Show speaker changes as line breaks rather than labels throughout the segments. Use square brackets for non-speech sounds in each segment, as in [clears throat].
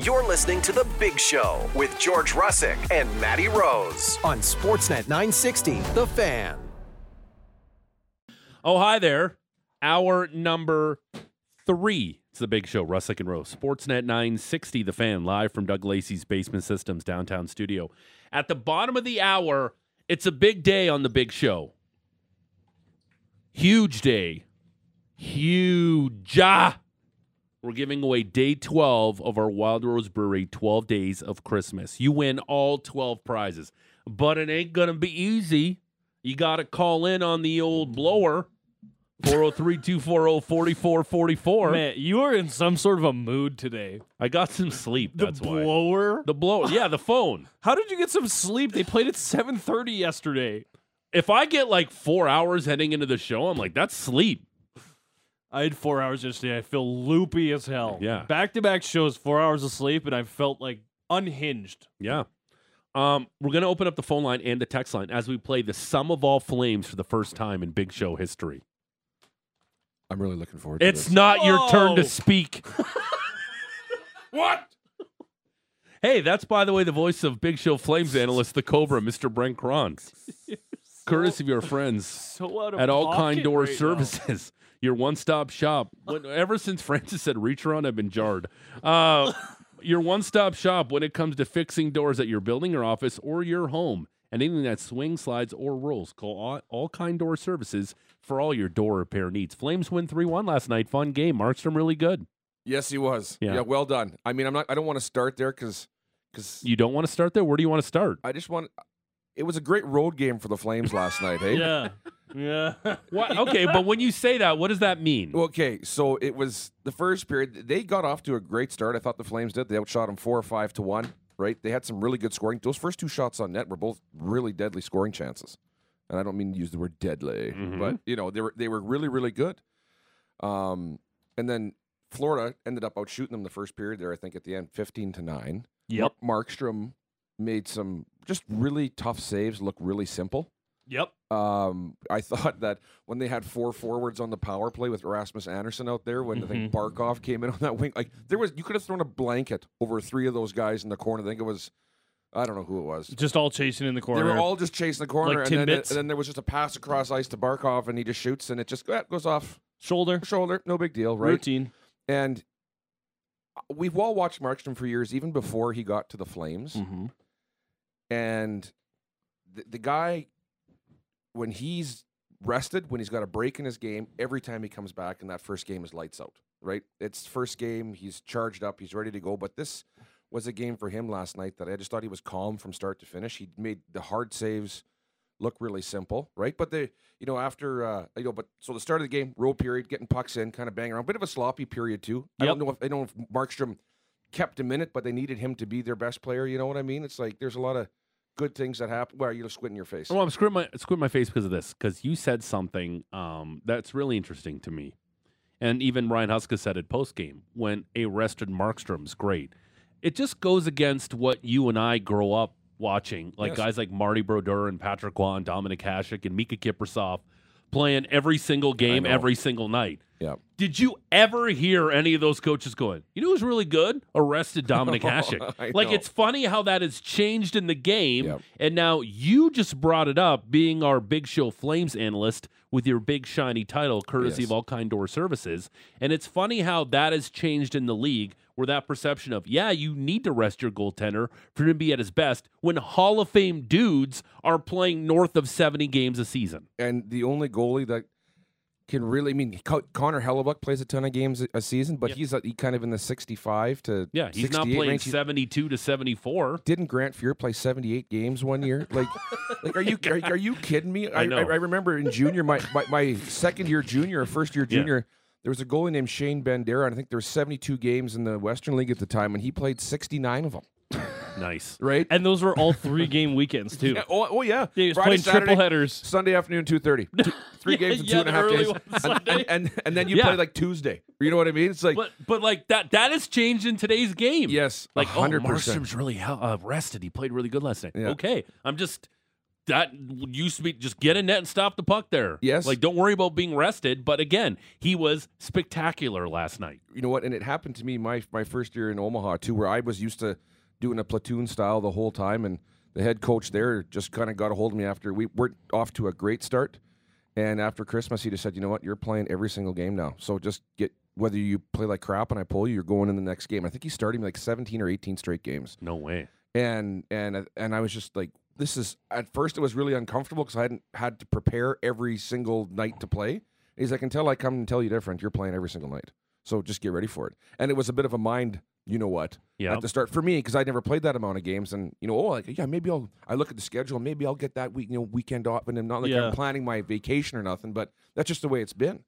You're listening to The Big Show with George Russick and Matty Rose on Sportsnet 960, The Fan.
Oh, hi there. Hour number three. It's the big show, Russick and Rose. Sportsnet 960, the fan, live from Doug Lacey's Basement Systems downtown studio. At the bottom of the hour, it's a big day on the big show. Huge day. Huge. Ah! We're giving away day 12 of our Wild Rose Brewery 12 Days of Christmas. You win all 12 prizes, but it ain't going to be easy. You got to call in on the old blower 403 240 4444.
Man, you are in some sort of a mood today.
I got some sleep.
The
That's why.
blower.
The blower. Yeah, the phone.
How did you get some sleep? They played at seven thirty yesterday.
If I get like four hours heading into the show, I'm like, that's sleep.
I had four hours yesterday. I feel loopy as hell.
Yeah.
Back to back shows, four hours of sleep, and I felt like unhinged.
Yeah. Um, we're going to open up the phone line and the text line as we play the sum of all flames for the first time in Big Show history.
I'm really looking forward to
It's
this.
not your turn to
Whoa.
speak.
What?
Hey, that's by the way the voice of Big Show Flames analyst, the Cobra, Mr. Brent Cron. Courtesy of your friends
So out of
at all
pocket
kind door
right now.
services, [laughs] your one stop shop. When, ever since Francis said reach around, I've been jarred.
[laughs]
Uh, your one stop shop when it comes to fixing doors at your building or office or your home. Anything that swings, slides, or rolls. Call all, all kind door services for all your door repair needs. Flames win 3 1 last night. Fun game. Markstrom really good.
Yes, he was.
Yeah.
Yeah. well done. I mean, I'm not. I don't want to start there because because
You don't want to start there? Where do you want to start?
I just want. It was a great road game for the Flames last night. Hey.
Yeah. Yeah.
What? Okay, but when you say that, what does that mean?
Okay, so it was the first period. They got off to a great start. I thought the Flames did. They outshot them four or five to one. Right? They had some really good scoring. Those first two shots on net were both really deadly scoring chances, and I don't mean to use the word deadly,
Mhm.
but you know they were they were really really good. Um, and then Florida ended up out shooting them the first period there. I think at the end, fifteen to nine.
Yep.
Markstrom made some just really tough saves look really simple.
Yep.
Um, I [laughs] thought that when they had four forwards on the power play with Rasmus Anderson out there, when I
Mm-hmm.
think Barkov came in on that wing, like there was you could have thrown a blanket over three of those guys in the corner. I think it was, I don't know who it was.
Just all chasing in the corner.
They were all just chasing the corner,
Like
and, then
Timbits?
and then there was just a pass across ice to Barkov, and he just shoots, and it just eh, goes off
shoulder.
shoulder, no big deal, right?
Routine.
And uh, we've all watched Markstrom for years, even before he got to the Flames
Mm-hmm.
and the, the guy when he's rested when he's got a break in his game every time he comes back and that first game is lights out right it's first game he's charged up he's ready to go but this was a game for him last night that i just thought he was calm from start to finish he made the hard saves look really simple right but they you know after uh you know but so the start of the game roll period getting pucks in kind of bang around bit of a sloppy period too i don't
Yep.
know if i don't know if markstrom kept him in it but they needed him to be their best player you know what i mean it's like there's a lot of good things that happen. Well, you're squinting your face.
Well, I'm screwing my screwing my face because of this. Because you said something um, that's really interesting to me, and even Ryan Huska said it post game when a rested Markstrom's great. It just goes against what you and I grow up watching, like
Yes.
guys like Marty Brodeur and Patrick Waugh and Dominic Hasek and Mika Kiprasov playing every single game
know.
every single night.
Yeah.
Did you ever hear any of those coaches going, you know who's really good? Arrested
[laughs]
Dominic
I
Hasek. like,
know.
it's funny how that has changed in the game.
Yep.
And now you just brought it up, being our Big Show Flames analyst with your big shiny title, courtesy
Yes.
of All Kind Door Services. And it's funny how that has changed in the league, where that perception of, yeah, you need to rest your goaltender for him to be at his best when Hall of Fame dudes are playing north of 70 games a season.
And the only goalie that can really, I mean, Co- Connor Hellebuck plays a ton of games a- a season, but he's uh he kind of in the 65 to
Yeah, he's not
68
playing
range. He's-
72 to 74.
Didn't Grant Fuhr play 78 games
[laughs]
one year? Like, like are you are, are you kidding me? I,
know.
I, remember in junior, my, my, my second year junior or first year
Yeah.
junior, there was a goalie named Shane Bandera, and I think there were 72 games in the Western League at the time, and he played 69 of them,
Nice.
right?
And those were all three game weekends too.
[laughs] Yeah, oh, oh, yeah.
Yeah, he was
Friday,
playing
Saturday,
triple headers.
Sunday afternoon, two thirty.
[laughs]
Three games in
yeah,
two and a
the
half
early
days,
one
and,
Sunday.
and, and and then you
Yeah.
play like Tuesday. You know what I mean? [laughs] It's like
But but like that that has changed in today's game.
yes,
Like oh,
100%.
Markstrom's really hel- uh, rested. He played really good last night.
Yeah.
Okay, I'm just that used to be just get a net and stop the puck there.
Yes.
Like don't worry about being rested. But again, he was spectacular last night.
you know what? And it happened to me my my first year in Omaha too, where I was used to doing a platoon style the whole time, and the head coach there just kind of got a hold of me after we weren't off to a great start, and after Christmas he just said, you know what, you're playing every single game now, so just get whether you play like crap and I pull you, you're going in the next game. I think he started me like 17 or 18 straight games
No way.
and and uh, and I was just like, this is. At first, it was really uncomfortable because I hadn't had to prepare every single night to play. He's like, until I come and tell you different, you're playing every single night. So just get ready for it. And it was a bit of a mind, you know what,
Yeah.
at the start for me because I'd never played that amount of games. And you know, oh, like yeah, maybe I'll. I look at the schedule, maybe I'll get that week, you know, weekend off, and I'm not like
Yeah.
I'm planning my vacation or nothing. But that's just the way it's been.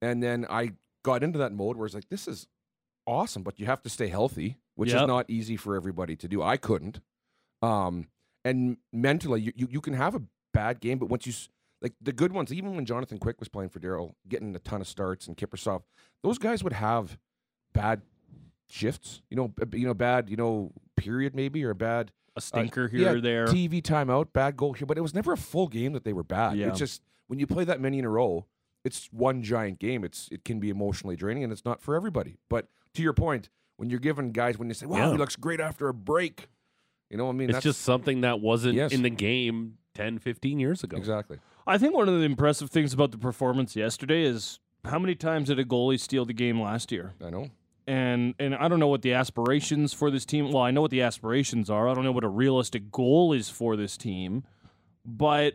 And then I got into that mode where it's like, this is awesome, but you have to stay healthy, which is
Yep.
not easy for everybody to do. I couldn't. Um, and mentally, you, you, you can have a bad game, but once you, s- like the good ones, even when Jonathan Quick was playing for Daryl, getting a ton of starts and Kippersoff, those guys would have bad shifts, you know, b- you know, bad, you know, period maybe, or bad
A stinker here
Uh, yeah,
or there.
TV timeout, bad goal here, but it was never a full game that they were bad.
Yeah.
It's just when you play that many in a row, it's one giant game. It's it can be emotionally draining, and it's not for everybody. But to your point, when you're giving guys, when you say, "Wow,
Yeah.
he looks great after a break," you know, what I mean,
It's
that's
just something that wasn't
Yes.
in the game 10, 15 years ago.
exactly.
I think one of the impressive things about the performance yesterday is how many times did a goalie steal the game last year?
I know.
and and I don't know what the aspirations for this team. Well, I know what the aspirations are. I don't know what a realistic goal is for this team, but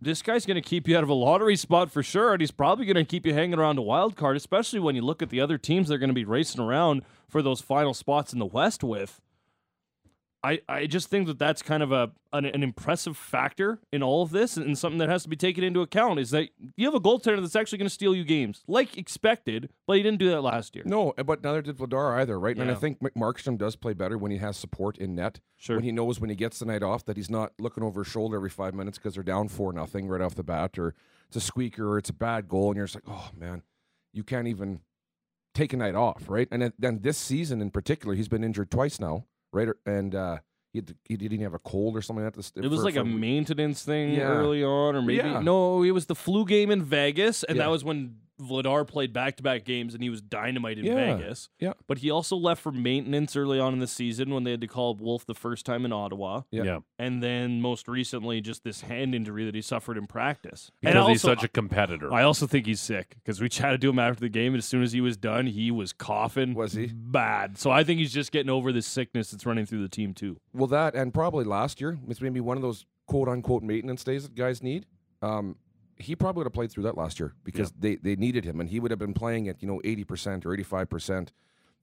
this guy's going to keep you out of a lottery spot for sure, and he's probably going to keep you hanging around a wild card, especially when you look at the other teams they're going to be racing around for those final spots in the West with. I, I just think that that's kind of a an, an impressive factor in all of this, and, and something that has to be taken into account is that you have a goaltender that's actually going to steal you games, like expected, but he didn't do that last year.
No, eh, but neither did Vladar either, right? And I
Yeah.
think Mc- Markstrom does play better when he has support in net.
Sure.
When he knows when he gets the night off that he's not looking over his shoulder every five minutes because they're down four nothing right off the bat, or it's a squeaker, or it's a bad goal, and you're just like, oh man, you can't even take a night off, right? And then- then this season in particular, he's been injured twice now, right? Or- And uh, he, had, he didn't have a cold or something like that.
It was like a maintenance thing
Yeah.
early on, or maybe
Yeah.
no, it was the flu game in Vegas, and
Yeah.
that was when Vladar played back to back games, and he was dynamite in
Yeah.
Vegas.
Yeah.
but he also left for maintenance early on in the season when they had to call up Wolf the first time in Ottawa,
Yeah.
Yeah.
and then most recently just this hand injury that he suffered in practice.
Because
and also,
he's such a competitor.
I also think he's sick because we chatted to him after the game, and as soon as he was done, he was coughing.
Was he?
bad? So I think he's just getting over this sickness that's running through the team too.
Well, that and probably last year, it's maybe one of those quote unquote maintenance days that guys need. Um, he probably would have played through that last year because they, they needed him and he would have been playing at, you know, 80% or 85%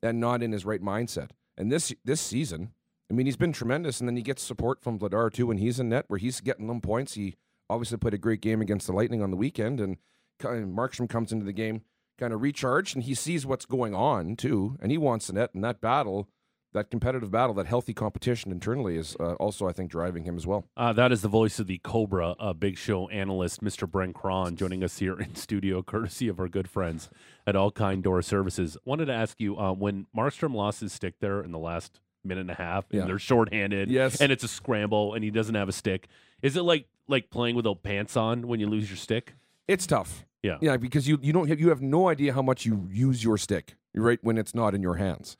and not in his right mindset. And this this season, I mean, he's been tremendous. And then he gets support from Vladar too when he's in net where he's getting them points. He obviously played a great game against the Lightning on the weekend and kind of Markstrom comes into the game kind of recharged and he sees what's going on too. And he wants the net and that battle that competitive battle, that healthy competition internally is uh, also, I think, driving him as well.
Uh, that is the voice of the Cobra uh, Big Show analyst, Mr. Brent Cron, joining us here in [laughs] studio, courtesy of our good friends at All Kind Door Services. Wanted to ask you uh, when Markstrom lost his stick there in the last minute and a half, and
Yeah.
they're shorthanded,
Yes.
and it's a scramble, and he doesn't have a stick. Is it like like playing without pants on when you lose your stick?
It's tough.
Yeah.
Yeah, because you you don't have, you have no idea how much you use your stick right when it's not in your hands.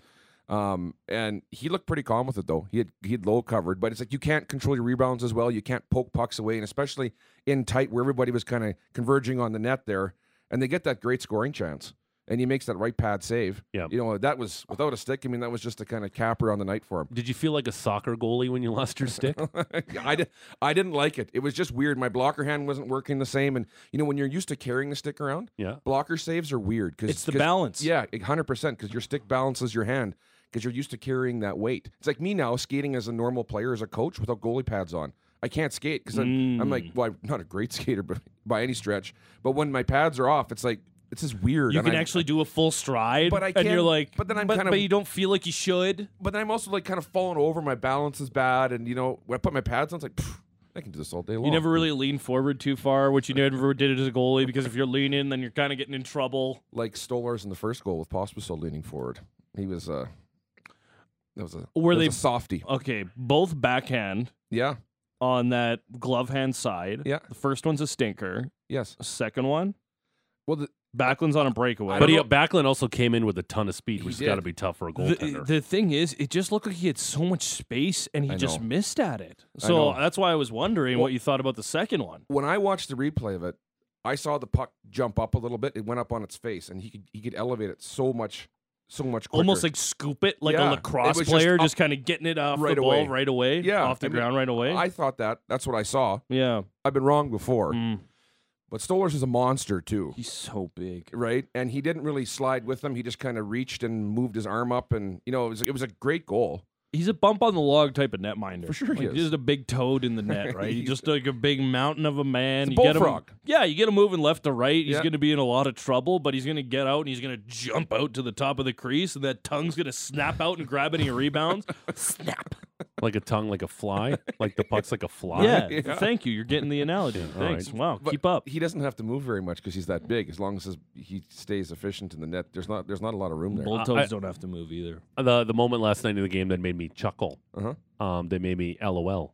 Um, and he looked pretty calm with it though. He had he had low covered, but it's like you can't control your rebounds as well. You can't poke pucks away, and especially in tight where everybody was kind of converging on the net there, and they get that great scoring chance. And he makes that right pad save.
Yeah.
You know, that was without a stick. I mean, that was just a kind of capper on the night for him.
Did you feel like a soccer goalie when you lost your stick?
[laughs] I, di- I didn't like it. It was just weird. My blocker hand wasn't working the same. And, you know, when you're used to carrying the stick around,
Yeah.
blocker saves are weird. Cause,
It's the
'cause-
balance.
Yeah, 100%. Because your stick balances your hand because you're used to carrying that weight. It's like me now skating as a normal player, as a coach without goalie pads on. I can't skate because I'm, I'm
Mm.
like, well, I'm not a great [laughs] skater by, by any stretch. But when my pads are off, it's like, it's just weird.
You
and
can
I'm-
actually do a full stride,
But I
and you're
can't-
like,
but then I'm kinda-
but you don't feel like you should.
But then I'm also like kind of falling over. My balance is bad. And, you know, when I put my pads on, it's like, pff, I can do this all day long.
You never really lean forward too far, which you never did as a goalie because if you're leaning, then you're kind of getting in trouble.
like Stolars in the first goal with Pospisil leaning forward. He was uh that was a
Were
that was
they-
a softy.
Okay, both backhand
Yeah.
on that glove hand side.
Yeah.
The first one's a stinker.
Yes.
Second one,
Well, the,
Backlund's on a breakaway.
But he, Backlund also came in with a ton of speed,
He
which has
did.
got to be tough for a
the,
goaltender.
the thing is, it just looked like he had so much space and he
I
just
know.
missed at it.
I
So
know.
that's why I was wondering
Well-
what you thought about the second one.
when I watched the replay of it, I saw the puck jump up a little bit. It went up on its face, and he could he could elevate it so much, so much quicker.
Almost like scoop it like
Yeah.
a
It
lacrosse
was just
player,
up
just, kind of getting it off
right
the ball
away.
right away,
Yeah,
off the
I mean,
ground right away.
I thought that. That's what I saw.
yeah,
I've been wrong before,
Mm.
but Stolarz is a monster too,
he's so big.
right? And he didn't really slide with them. He just kind of reached and moved his arm up, and you know it was it was a great goal.
He's a bump on the log type of netminder.
For sure he
like,
is.
Just a big toad
[laughs]
in the net, right? He's
He's-
just like a big mountain of a man.
He's a
You get him-
bullfrog.
yeah, you get him moving left to right. He's
Yeah.
going to be in a lot of trouble, but he's going to get out and he's going to jump out to the top of the crease, and that tongue's going to snap out and grab any
[laughs]
rebounds. snap.
like a tongue, like a fly, like the puck's like a fly.
[laughs] Yeah,
[laughs] Yeah.
Thank you. You're getting the
[laughs]
analogy. Thanks. Wow.
But
keep up.
He doesn't have to move very much because he's that big. As long as his, he stays efficient in the net, there's not there's not a lot of room there.
Bull
I-
toads don't have to move either.
The the moment last night in the game that made me chuckle,
Uh-huh.
um, that made me
[laughs]
LOL,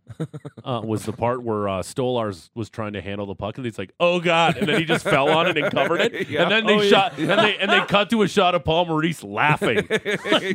uh, was the part where uh, Stolars was trying to handle the puck and he's like, "Oh God!" and then he just fell on it and covered it,
[laughs] Yeah.
and then they
Oh, yeah.
shot and they
[laughs]
and they cut to a shot of Paul Maurice laughing.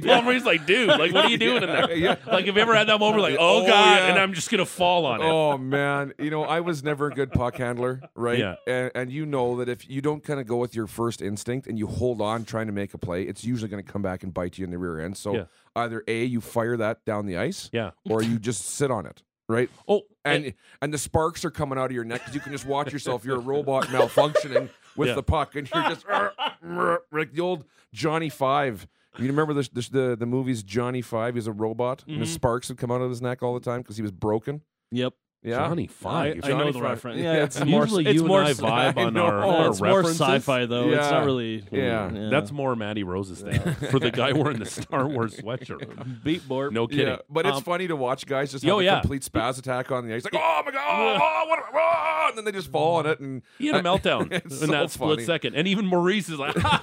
Paul Maurice like, "Dude, like, what are you doing in there?"
[laughs] Yeah.
Like, have you ever had that moment? Like, "Oh
Oh,
God!"
yeah.
and I'm just gonna fall on it.
Oh man, you know I was never a good puck handler, right?
Yeah.
And, and you know that if you don't kind of go with your first instinct and you hold on trying to make a play, it's usually going to come back and bite you in the rear end. So
Yeah.
either a you fire that down the
[laughs]
ice,
Yeah.
or you just sit on it, right?
Oh,
And and, the sparks are coming out of your neck because you can just watch yourself. You're a robot malfunctioning with
Yeah.
the puck, and
[laughs]
you're just like the old Johnny Five. You remember this, this, the the movies Johnny Five? He's a robot, and
Mm-hmm.
the
Mhm.
sparks would come out of his neck all the time because he was broken.
Yep.
Yeah.
Johnny Five.
I, I know
Johnny
the
Fry-
reference.
Yeah.
Yeah, it's
Usually you
more. it's
and
more
I
s-
vibe on
I know.
our,
Yeah,
our
Oh, it's more
references.
sci-fi though. It's
Yeah.
not really.
Yeah.
That's more Matty Rose's thing for the guy wearing the
[laughs]
Star Wars sweatshirt.
beat board.
No kidding.
Yeah, but it's
Um,
funny to watch guys just
yo,
have a
yeah.
complete spaz attack on the ice. Like, oh my god, oh, oh, what am I- oh," and then they just fall on it and
He had a
[laughs]
meltdown in
It's so
that split
funny.
second, and even Maurice is
[laughs]
like [laughs] [laughs]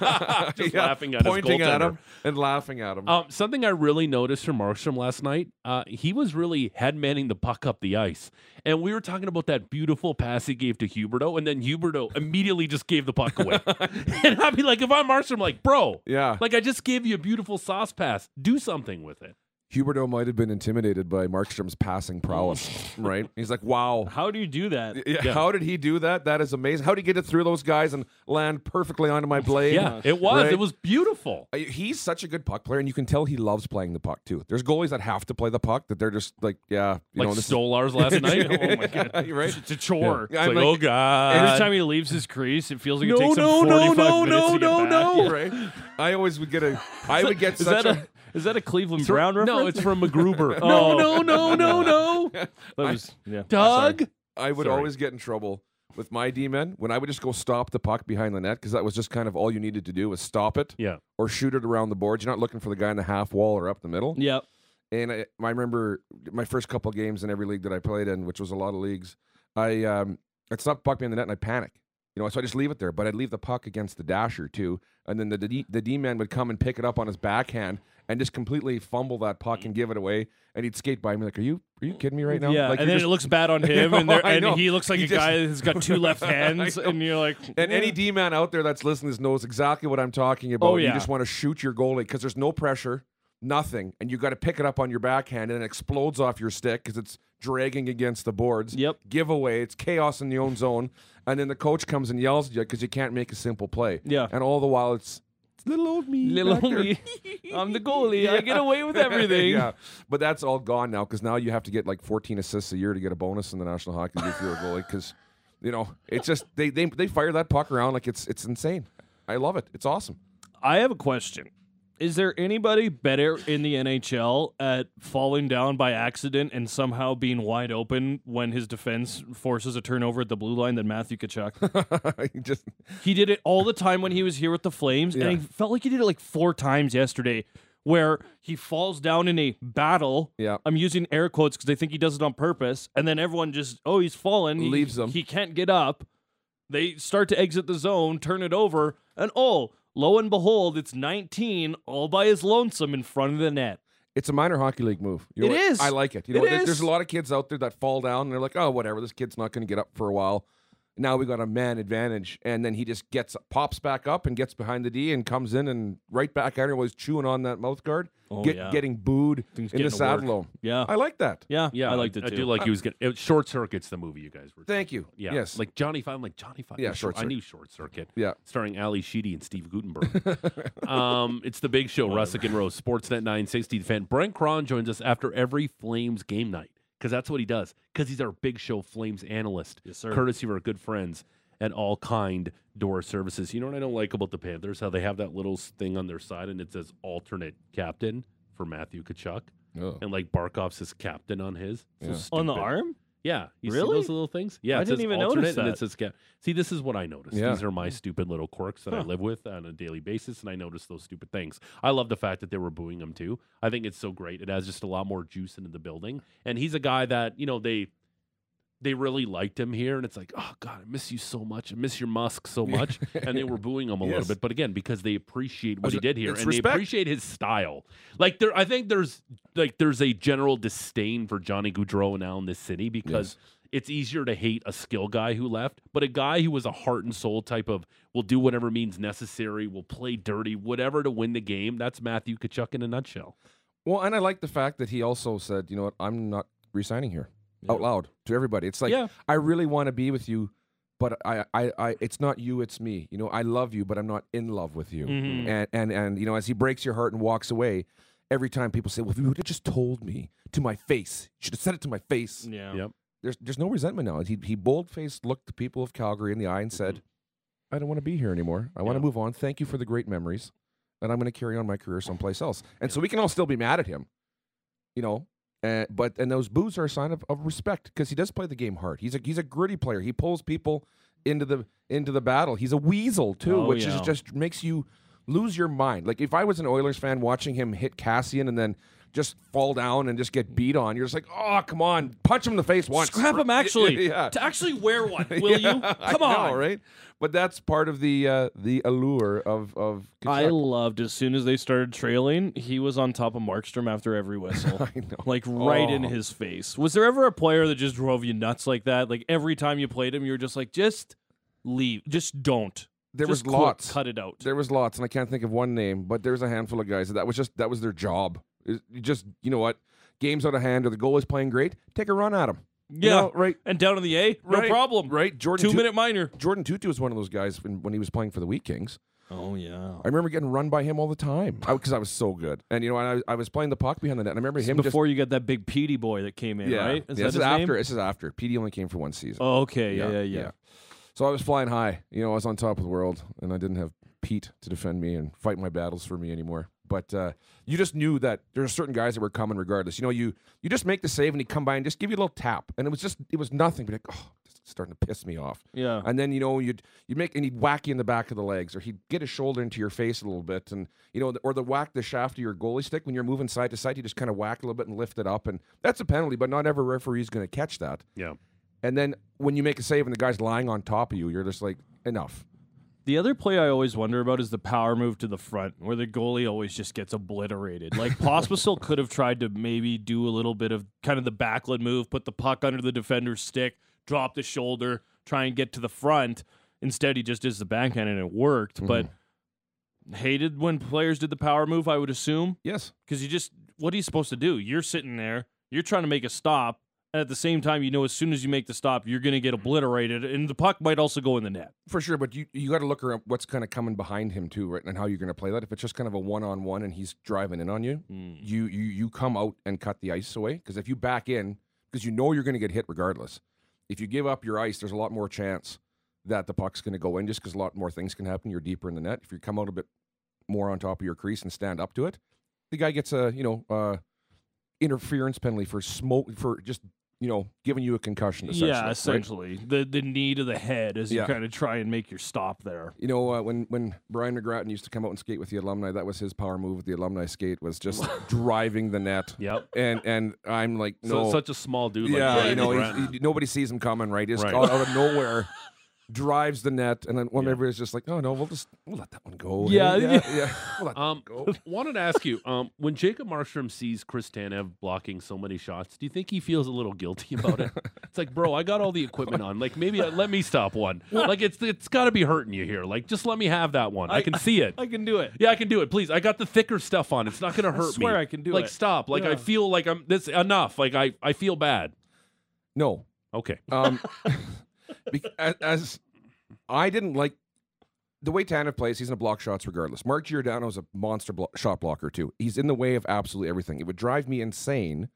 just
Yeah,
laughing at
pointing
his goaltender.
at him and laughing at him.
Um, something I really noticed from Markstrom last night, uh, he was really headmanning the puck up the ice, and we were talking about that beautiful pass he gave to Huberto, and then Huberto immediately just gave the puck
[laughs]
away. and I'd be like, if I'm Markstrom, like, bro,
yeah,
like I just gave you a beautiful sauce pass, do something with it.
Huberto might have been intimidated by Markstrom's passing prowess. [laughs] right? He's like, wow.
How do you do that?
Yeah,
Yeah.
How did he do that? That is amazing. How did he get it through those guys and land perfectly onto my blade?
Yeah, it was.
Right?
It was beautiful.
Uh, He's such a good puck player, and you can tell he loves playing the puck too. There's goalies that have to play the puck that they're just like, yeah, you
like
know, this is-
Stolars [laughs] last night.
[laughs] oh
[laughs]
my god,
[laughs]
You're right.
it's a chore.
Yeah.
It's
I'm
like, oh
like-
god.
Every time he leaves his crease, it feels like
No,
it takes
no,
him
no,
45
no,
minutes
no,
to get
no, no.
back.
right? I always would get a. I
[laughs]
would get
Is
such
that a is that a Cleveland Brown reference?
No, it's from
[laughs]
McGruber.
Oh.
No, no, no, no, [laughs] no.
that was yeah.
Doug.
I would
Sorry.
always get in trouble with my D men when I would just go stop the puck behind the net because that was just kind of all you needed to do was stop it
Yeah.
or shoot it around the boards. You're not looking for the guy in the half wall or up the middle.
Yeah,
And I, I remember my first couple games in every league that I played in, which was a lot of leagues. I um, I'd stop the puck behind the net and I panic. You know, so I just leave it there, but I'd leave the puck against the dasher too, and then the D, the D man would come and pick it up on his backhand and just completely fumble that
Mm.
puck and give it away, and he'd skate by me like, "Are you are you kidding me right now?"
yeah. and
like you're
then
just-
it looks bad on him, and, there,
[laughs] I
and
know.
he looks like
He
a
just-
guy who's got two left hands,
[laughs] I know.
and you're like,
And any D man out there that's listening knows exactly what I'm talking about.
Oh,
You
yeah.
just want to shoot your goalie because there's no pressure, nothing, and you got to pick it up on your backhand and it explodes off your stick because it's dragging against the boards.
Yep.
Giveaway. It's chaos in the own zone, and then the coach comes and yells at you because you can't make a simple play.
Yeah.
And all the while it's, [laughs] it's little old me.
little
back there." [laughs]
homie, I'm the goalie. I get away with everything.
yeah, but that's all gone now because now you have to get like 14 assists a year to get a bonus in the National Hockey League if you're a goalie because you know it's just they, they they fire that puck around like it's it's insane. I love it. It's awesome. [laughs]
I have a question. Is there anybody better in the NHL at falling down by accident and somehow being wide open when his defense forces a turnover at the blue line than Matthew Kachuk?
You just
he did it all the time when he was here with the Flames,
Yeah.
and I felt like he did it like four times yesterday, where he falls down in a battle.
Yeah.
I'm using air quotes because they think he does it on purpose, and then everyone just, oh, he's fallen, He-
Leaves him.
He can't get up. They start to exit the zone, turn it over, and oh, lo and behold, it's 19 all by his lonesome in front of the net.
It's a minor hockey league move. You know
It
what?
is.
I like it. You
It
know, what? There-
is.
there's a lot of kids out there that fall down and they're like, oh, whatever. This kid's not going to get up for a while. Now we got a man advantage, and then he just gets pops back up and gets behind the D and comes in and right back at her was chewing on that mouth guard,
Oh,
get,
yeah.
getting booed
Things
in the
getting to work.
saddle. home.
Yeah.
I like that.
yeah.
Yeah,
I liked it
I
too.
do like he was getting it, short circuits. The movie you guys were.
Thank you.
yeah,
Yes.
like Johnny Five. I'm like Johnny Five.
Yeah,
I
Short
I knew Short Circuit.
Yeah.
starring Ali Sheedy and Steve
[laughs]
Gutenberg. um, it's the Big Show. Russick and Rose, Sportsnet 960 fan. Brent Cron joins us after every Flames game night because that's what he does. Because he's our Big Show Flames analyst,
Yes, sir.
courtesy of our good friends at All Kind Door Services. You know what I don't like about the Panthers? How they have that little s- thing on their side and it says alternate captain for Matthew Kachuk.
Oh.
and like Barkov's his captain on his. So
Yeah.
on the
stupid.
arm.
Yeah, you see
Really?
those little things. Yeah,
I
it
didn't
says
even
alternate
notice
And it
that.
says cap. See, this is what I notice.
Yeah.
These are my stupid little quirks that I
Huh.
live with on a daily basis, and I notice those stupid things. I love the fact that they were booing him too. I think it's so great. It adds just a lot more juice into the building, and he's a guy that you know they. They really liked him here, and it's like, oh god, I miss you so much. I miss your Musk so
[laughs]
much, and they were booing him a
Yes.
little bit. But again, because they appreciate what
It's-
he did here,
it's
and they
respect.
appreciate his style. Like there, I think there's like there's a general disdain for Johnny Goudreau now in this city because it's easier to hate a skill guy who left, but a guy who was a heart and soul type of will do whatever means necessary, will play dirty, whatever to win the game. That's Matthew Kachuk in a nutshell.
Well, and I like the fact that he also said, you know what, I'm not resigning here out loud to everybody. It's like
Yeah.
I really want to be with you, but I, I, I, it's not you, it's me. You know, I love you, but I'm not in love with you.
Mhm.
And and and you know, as he breaks your heart and walks away, every time people say, "Well, if you would have just told me to my face, you should have said it to my face."
Yeah.
Yep.
There's there's no resentment now. He he bold faced looked the people of Calgary in the eye
Mm-hmm.
and said, "I don't want to be here anymore. I want to
Yeah.
move on. Thank you for the great memories." And I'm going to carry on my career someplace else. And so we can all still be mad at him you know. Uh, but and those boos are a sign of, of respect because he does play the game hard. He's a he's a gritty player. He pulls people into the into the battle. He's a weasel too,
Oh,
which
yeah.
is just makes you lose your mind. Like if I was an Oilers fan watching him hit Cassian and then just fall down and just get beat on, you're just like, oh come on, punch him in the face once.
Scrap him actually.
[laughs] Yeah.
To actually wear
[laughs]
one, will you?
I
Come
know,
on.
right? But that's part of the uh, the allure of of.
I
Kachuk.
loved as soon as they started trailing, he was on top of Markstrom after every whistle.
[laughs] I know.
Like right in
Oh.
his face. Was there ever a player that just drove you nuts like that? Like every time you played him, you were just like, just leave. Just don't.
There
Just
was
quit.
lots.
Cut it out.
There was lots, and I can't think of one name, but there's a handful of guys that, that was just that was their job. Is- You just you know what, games out of hand, or the goalie's playing great, take a run at him.
yeah.
right.
And down in the A, no
Right.
problem.
Right, Jordan.
Two
Tu-
minute minor.
Jordan Tutu was one of those guys when, when he was playing for the Wheat Kings.
Oh yeah.
I remember getting run by him all the time because I, was so good. And you know, and I, I was playing the puck behind the net. And I remember him
Before you got that big Petey boy that came in,
just yeah.
right?
yeah,
Is that
this
his
is
name?
after. This is after. PD only came for one season.
Oh, okay. Yeah, yeah, yeah.
So I was flying high. You know, I was on top of the world, and I didn't have Pete to defend me and fight my battles for me anymore. But uh, you just knew that there are certain guys that were coming regardless. You know, you you just make the save, and he come by and just give you a little tap, and it was just it was nothing. But like, oh, this is starting to piss me off.
Yeah.
And then you know you'd you would make and he'd whack you in the back of the legs, or he'd get his shoulder into your face a little bit, and you know, or the whack the shaft of your goalie stick when you're moving side to side, you just kind of whack a little bit and lift it up, and that's a penalty, but not every referee's going to catch that.
Yeah.
And then when you make a save and the guy's lying on top of you, you're just like, enough.
The other play I always wonder about is the power move to the front, where the goalie always just gets obliterated. Like Pospisil [laughs] could have tried to maybe do a little bit of kind of the backlit move, put the puck under the defender's stick, drop the shoulder, try and get to the front. Instead, he just does the backhand and it worked. But hated when players did the power move, I would assume,
Yes.
because you just what are you supposed to do? You're sitting there, you're trying to make a stop, and at the same time, you know as soon as you make the stop, you're going to get obliterated, and the puck might also go in the net.
For sure, but you you got to look around what's kind of coming behind him too, right? And how you're going to play that. If it's just kind of a one on one and he's driving in on you,
Mm.
you you you come out and cut the ice away because if you back in, because you know you're going to get hit regardless. If you give up your ice, there's a lot more chance that the puck's going to go in, just because a lot more things can happen. You're deeper in the net. If you come out a bit more on top of your crease and stand up to it, the guy gets a you know uh, interference penalty for smoke for just you know giving you a concussion. Essentially,
yeah,
right?
essentially the the knee to the head as
Yeah.
you kind of try and make your stop there.
You know, uh, when when Brian McGrattan used to come out and skate with the alumni, that was his power move at the alumni skate was just driving the net.
Yep.
And and I'm like,
So
no,
such a small dude.
yeah,
like
you know,
Brandon Grant. [laughs]
he's, he, nobody sees him coming, right? He's
Right.
out, out of nowhere, drives the net, and then one
Yeah.
everybody's just like, no, no, we'll just we'll let that one go. Hey,
Yeah,
yeah, yeah. We'll let that
Um,
go.
[laughs] wanted to ask you, um, when Jacob Markstrom sees Chris Tanev blocking so many shots, do you think he feels a little guilty about
[laughs]
it? it's like, bro, I got all the equipment on. Like, maybe uh, let me stop one. Like, it's it's got to be hurting you here. Like, just let me have that one. I,
I-
can see it.
I can do it.
yeah, I can do it. Please, I got the thicker stuff on. It's not gonna hurt
swear
me.
I can do
like,
it.
Like, stop. Like, I
Yeah.
feel like I'm. That's enough. Like, I I feel bad.
No,
Okay.
um, [laughs] bec- as, as I didn't like the way Tanev plays, he's going to block shots regardless. Mark Giordano is a monster blo- shot blocker too. He's in the way of absolutely everything. It would drive me insane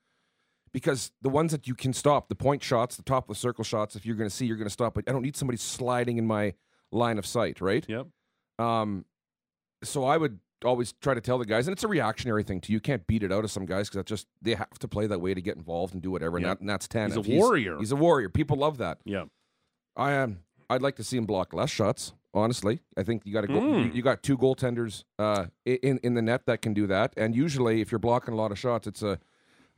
because the ones that you can stop, the point shots, the top of the circle shots, if you're going to see, you're going to stop. But I don't need somebody sliding in my line of sight, right?
Yep.
Um, so I would always try to tell the guys, and it's a reactionary thing too. You can't beat it out of some guys because just they have to play that way to get involved and do whatever.
Yeah.
And, that, and that's Tanev.
He's a warrior.
He's a warrior. People love that.
Yeah.
I am. I'd like to see him block less shots. Honestly, I think you got to go.
Mm.
You, you got two goaltenders uh, i- in in the net that can do that. And usually, if you're blocking a lot of shots, it's a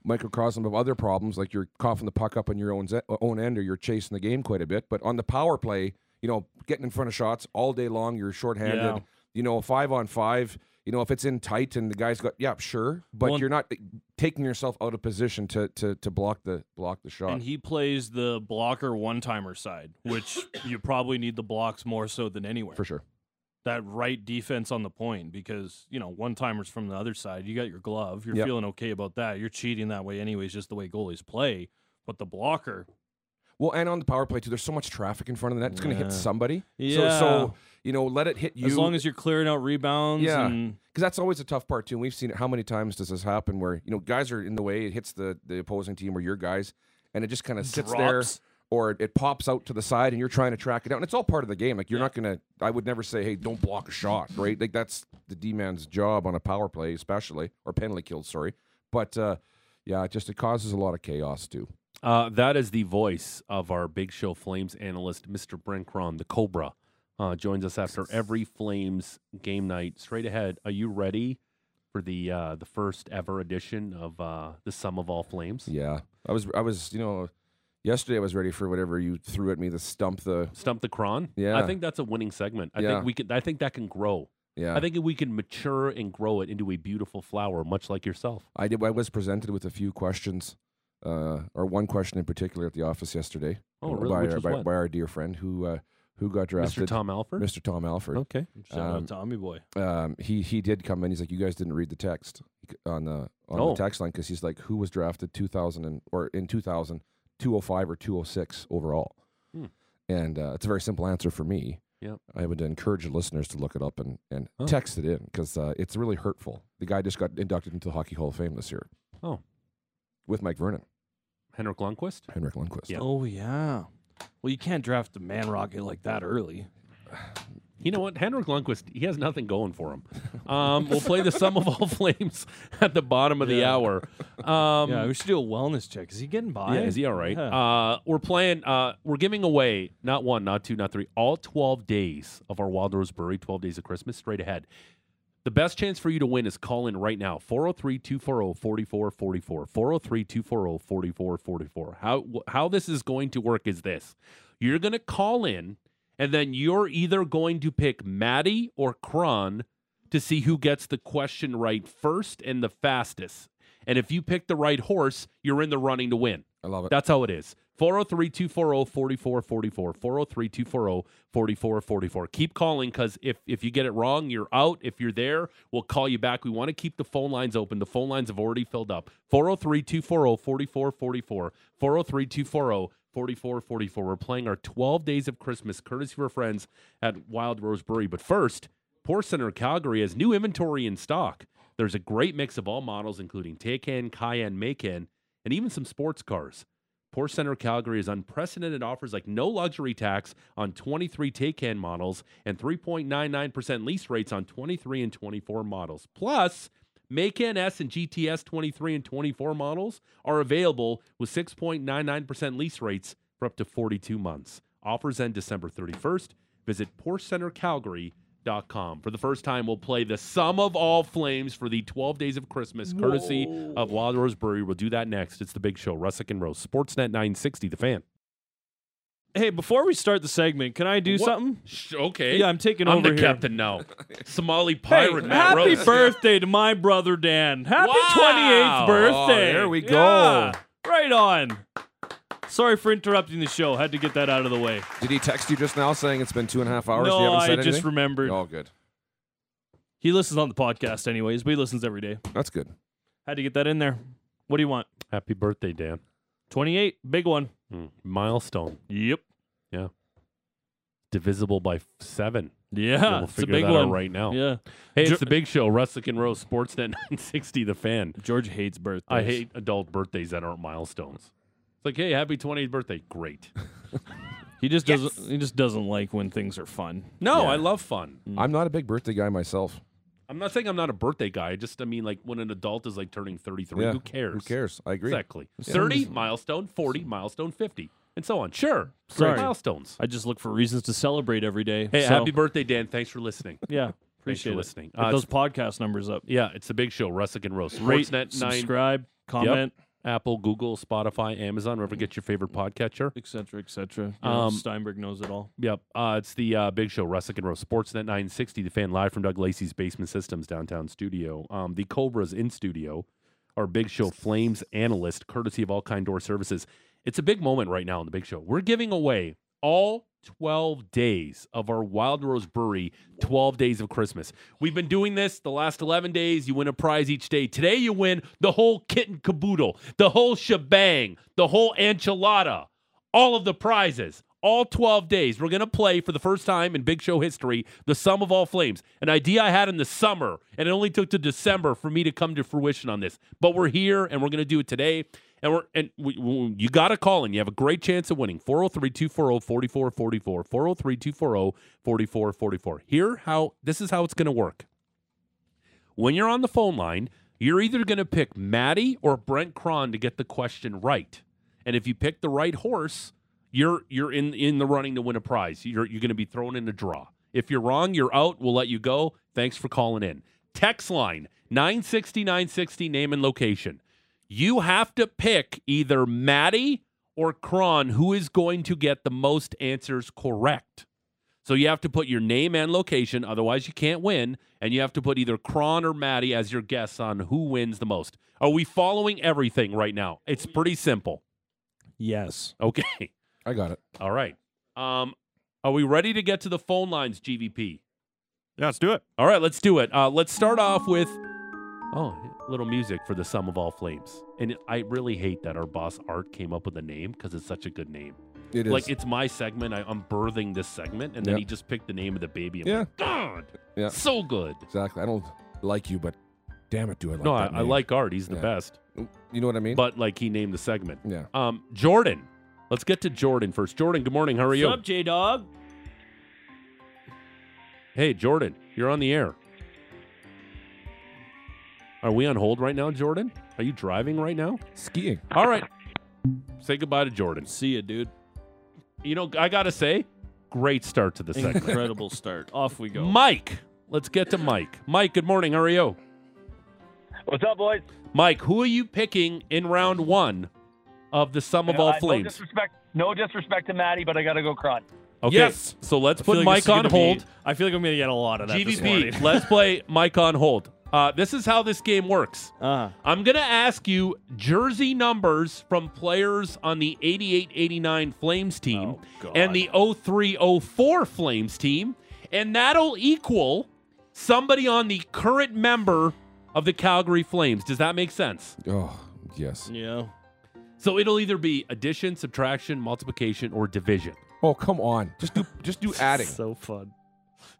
microcosm of other problems, like you're coughing the puck up on your own ze- uh, own end, or you're chasing the game quite a bit. But on the power play, you know, getting in front of shots all day long, you're shorthanded.
Yeah.
You know, five on five. You know, if it's in tight and the guy's got, yeah, sure, but
Well,
you're not uh, taking yourself out of position to to to block the block the shot.
And he plays the blocker one timer side,
[laughs]
which you probably need the blocks more so than anywhere.
for sure.
That right defense on the point because, you know, one timers from the other side, you got your glove, you're
Yep.
feeling okay about that. You're cheating that way anyways, just the way goalies play. But the blocker,
Well, and on the power play too, there's so much traffic in front of the net. It's going to
Yeah.
hit somebody. So,
Yeah.
so you know, let it hit you.
as long as you're clearing out rebounds
Yeah.
and
because that's always a tough part too. And we've seen it. How many times does this happen? Where you know guys are in the way, it hits the the opposing team or your guys, and it just kind of sits there,
Drops.
or it pops out to the side, and you're trying to track it out. And it's all part of the game. Like you're not going to. I would never say, hey, don't block a shot, right? Like that's the D man's job on a power play, especially or penalty kills. Sorry, but uh, yeah, it just it causes a lot of chaos too.
Uh, that is the voice of our Big Show Flames analyst, Mr. Brent Cron, the Cobra, uh, joins us after every Flames game night. Straight ahead, are you ready for the uh, the first ever edition of uh, the Sum of All Flames?
Yeah, I was, I was, you know, yesterday I was ready for whatever you threw at me the stump the
Stump the Cron. I
Yeah.
think that's a winning segment. I
Yeah.
think we can. I think that can grow.
yeah.
I think we can mature and grow it into a beautiful flower, much like yourself.
I did. I was presented with a few questions, uh, or one question in particular at the office yesterday.
Oh,
uh,
really?
By,
Which
our-
was
by,
what?
by our dear friend who uh, who got drafted,
Mr. Tom Alford.
Mr. Tom Alford.
Okay.
shout
Um,
out Tommy Boy.
Um, he he did come in. He's like, you guys didn't read the text on the on
Oh.
the text line because he's like, who was drafted 2000 and, or in 2000, 205 or 206 overall.
Hmm.
And uh, it's a very simple answer for me.
Yep.
I would encourage the listeners to look it up and, and
Oh.
text it in because uh, it's really hurtful. The guy just got inducted into the Hockey Hall of Fame this year.
Oh.
With Mike Vernon,
Henrik Lundqvist.
Henrik Lundqvist.
Yeah.
Oh yeah. Well, you can't draft a man rocket like that early.
You know what? Henrik Lundqvist, he has nothing going for him. Um, we'll play the sum of all [laughs] flames at the bottom of the
Yeah. [laughs]
hour. Um,
yeah, we should do a wellness check. Is he getting by?
yeah, is he all right?
Yeah.
Uh, we're playing. Uh, we're giving away not one, not two, not three, all twelve days of our Wild Rose Brewery, twelve days of Christmas straight ahead. The best chance for you to win is call in right now 403 240 4444. 403 240 4444. How wh- how this is going to work is this you're going to call in, and then you're either going to pick Maddie or Kron to see who gets the question right first and the fastest. And if you pick the right horse, you're in the running to win.
I love it.
That's how it is. 403 240 4444. 403 240 4444. Keep calling because if, if you get it wrong, you're out. If you're there, we'll call you back. We want to keep the phone lines open. The phone lines have already filled up. 403 240 4444. 403 240 4444. We're playing our 12 Days of Christmas courtesy of our friends at Wild Rose Brewery. But first, Port Center Calgary has new inventory in stock. There's a great mix of all models, including Taycan, Cayenne, Macan, and even some sports cars. Port Center Calgary has unprecedented offers like no luxury tax on 23 Taycan models and 3.99% lease rates on 23 and 24 models. Plus, Macan S and GTS 23 and 24 models are available with 6.99% lease rates for up to 42 months. Offers end December 31st. Visit PortCenterCalgary.com. For the first time, we'll play the sum of all flames for the 12 days of Christmas, courtesy of Wild Rose Brewery. We'll do that next. It's the big show, Russick and Rose, Sportsnet 960, the fan.
Hey, before we start the segment, can I do
What?
something?
Sh- Okay.
Yeah, I'm taking
I'm
over
the
here.
captain
[laughs]
now. Somali
Hey,
pirate Matt
happy
Rose.
birthday to my brother Dan. Happy
Wow.
28th
Oh,
birthday.
there we go.
Yeah, right on. Sorry for interrupting the show. Had to get that out of the way.
Did he text you just now saying it's been two and a half hours? you
no,
haven't
I
said
just
anything?
remembered.
Oh, good.
He listens on the podcast anyways, but he listens every day.
That's good.
Had to get that in there. What do you want?
Happy birthday, Dan.
28, big one.
Hmm. Milestone.
Yep.
Divisible by f- seven.
Yeah,
we'll
it's a
figure
big
that out
one
right now.
Yeah.
Hey,
Ju-
it's the big show, Russick and Rose, Sportsnet [laughs] 960, The Fan.
George hates birthdays.
I hate adult birthdays that aren't milestones. It's like, hey, happy 28th birthday. Great.
He just doesn't. He just doesn't like when things are fun.
[laughs] No, I love fun.
I'm not a big birthday guy myself.
I'm not saying I'm not a birthday guy. I just, I mean, like when an adult is like turning 33,
Yeah.
who cares?
Who cares? I agree.
Exactly. 30, milestone, 40, milestone, 50, and so on. Sure.
Sorry.
Great milestones.
I just look for reasons to celebrate every day.
Hey,
so-
happy birthday, Dan. Thanks for listening.
Yeah,
for
appreciate it.
listening.
Get
Uh,
those podcast numbers up.
[laughs] Yeah, it's the big show, Russick and Rose.
Rate,
Sportsnet 9,
subscribe, comment,
Apple, Google, Spotify, Amazon, wherever you get your favorite podcatcher.
etc., etc.
Um,
Steinberg knows it all.
Yep. Uh, it's the uh, big show, Russick and Rose, Sportsnet 960, the fan live from Doug Lacey's Basement Systems downtown studio. Um, the Cobras in studio, our big show Flames analyst, courtesy of All Kind Door Services. It's a big moment right now in the big show. We're giving away all 12 days of our Wild Rose Brewery 12 Days of Christmas. We've been doing this the last 11 days. You win a prize each day. Today, you win the whole kit and caboodle, the whole shebang, the whole enchilada all of the prizes. All 12 days, we're going to play for the first time in Big Show history the sum of all flames. An idea I had in the summer, and it only took to December for me to come to fruition on this. But we're here, and we're going to do it today. And we're and we, we- you got to call in. You have a great chance of winning. 403 240 4444. 403 240 4444. Here, how this is how it's going to work when you're on the phone line, you're either going to pick Maddie or Brent Cron to get the question right. And if you pick the right horse, you're you're in in the running to win a prize. You're you're going to be thrown in a draw. If you're wrong, you're out. We'll let you go. Thanks for calling in. Text line 960 960 name and location. You have to pick either Maddie or Cron who is going to get the most answers correct. So you have to put your name and location, otherwise you can't win, and you have to put either Kron or Maddie as your guess on who wins the most. Are we following everything right now? It's pretty simple.
Yes.
Okay. [laughs]
I got it.
All right. Um, are we ready to get to the phone lines, GVP?
Yeah, let's do it.
All right, let's do it. Uh, let's start off with oh, a little music for the sum of all flames. And I really hate that our boss Art came up with a name because it's such a good name.
It is.
Like it's my segment. I, I'm birthing this segment, and then
Yeah.
he just picked the name of the baby. I'm
Yeah.
like, God,
Yeah.
so good.
exactly. I don't like you, but damn it, do I like
no, I,
that
I
name.
like Art. He's the
Yeah.
best.
You know what I mean?
But like he named the segment.
yeah.
Um, Jordan, let's get to Jordan first. Jordan, good morning. How are you?
What's up, J Dog?
Hey, Jordan, you're on the air. Are we on hold right now, Jordan? Are you driving right now?
Skiing.
All right. Say goodbye to Jordan.
See you, dude.
You know, I gotta say, great start
[laughs]
to the segment.
Incredible start. Off we
[laughs]
go.
Mike, let's get to Mike. Mike, good morning. How are you?
What's up, boys?
Mike, who are you picking in round one of the sum of
Uh,
all
no
flames?
disrespect- No disrespect, to Maddie, but I got to go Cron.
Okay,
Yes.
so let's
I feel
put
like
Mike
this is
on
gonna be-
hold.
I feel like I'm going to get a lot of that. this
[laughs]
morning. [laughs]
GVP, let's play Mike on hold. Uh, this is how this game works.
Uh,
I'm going to ask you jersey numbers from players on the 88 89 Flames team
Oh, God.
and the 03 04 Flames team, and that'll equal somebody on the current member of the Calgary Flames. Does that make sense?
Oh, yes.
yeah.
So it'll either be addition, subtraction, multiplication, or division.
Oh, come on. Just do just
[laughs]
do adding.
So fun.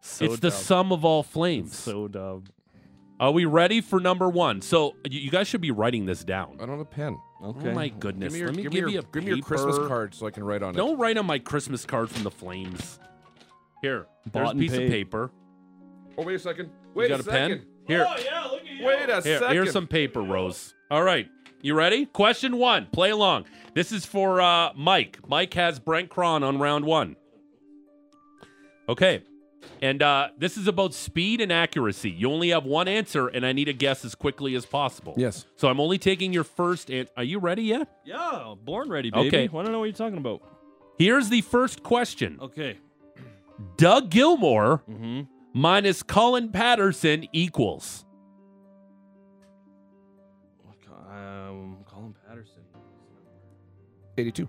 So
it's the
dumb.
sum of all flames.
So dumb.
Are we ready for number one? So you, you guys should be writing this down.
Uh,
I don't have a pen.
Okay.
Oh my goodness!
Give me your,
Let me
give
give
me
you
your,
a
give me your Christmas
paper.
card so I can write on it.
Don't write on my Christmas card from the flames. Here,
Bought
there's a
and
piece
paid.
of paper.
Oh, wait a second. Wait
you got
a
a
second. Oh,
pen? Here,
Oh, yeah, look at
Wait a
here
second.
here's some paper, Rose. All right, you ready? Question one. Play along. This is for uh, Mike. Mike has Brent Cron on round one. Okay, and uh, this is about speed and accuracy. You only have one answer, and I need a guess as quickly as possible.
Yes.
So I'm only taking your first. An- Are you ready yet?
Yeah, born ready, baby.
Okay.
I don't know what you're talking about.
Here's the first question
Okay.
Doug Gilmore
Mm-hmm.
minus Colin Patterson equals.
Um, Colin Patterson.
82.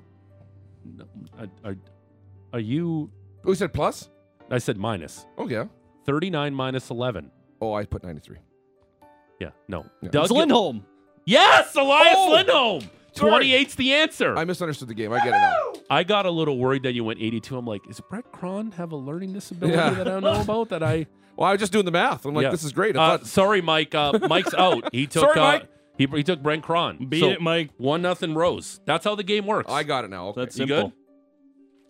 No, Are, Uh, are, are you.
Oh, you said plus?
I said minus.
Oh, yeah.
39 minus 11.
Oh, I put 93.
Yeah, no.
Yeah.
Doug
It's Lindholm.
Yes, Elias
Oh!
Lindholm.
Sorry.
28's the answer.
I misunderstood the game. I get it now.
I got a little worried that you went 82. I'm like, is Brett Cron have a learning disability
Yeah.
that I don't
[laughs]
know about? That I
Well, I was just doing the math. I'm like,
Yeah.
this is great. I
uh,
thought-
sorry, Mike. Uh,
[laughs]
Mike's out. He took
Sorry,
uh,
Mike.
He, he took Brent Cron.
Beat
So,
it, Mike.
One nothing Rose. That's how the game works.
I got it now. Okay.
That's
You
simple.
good?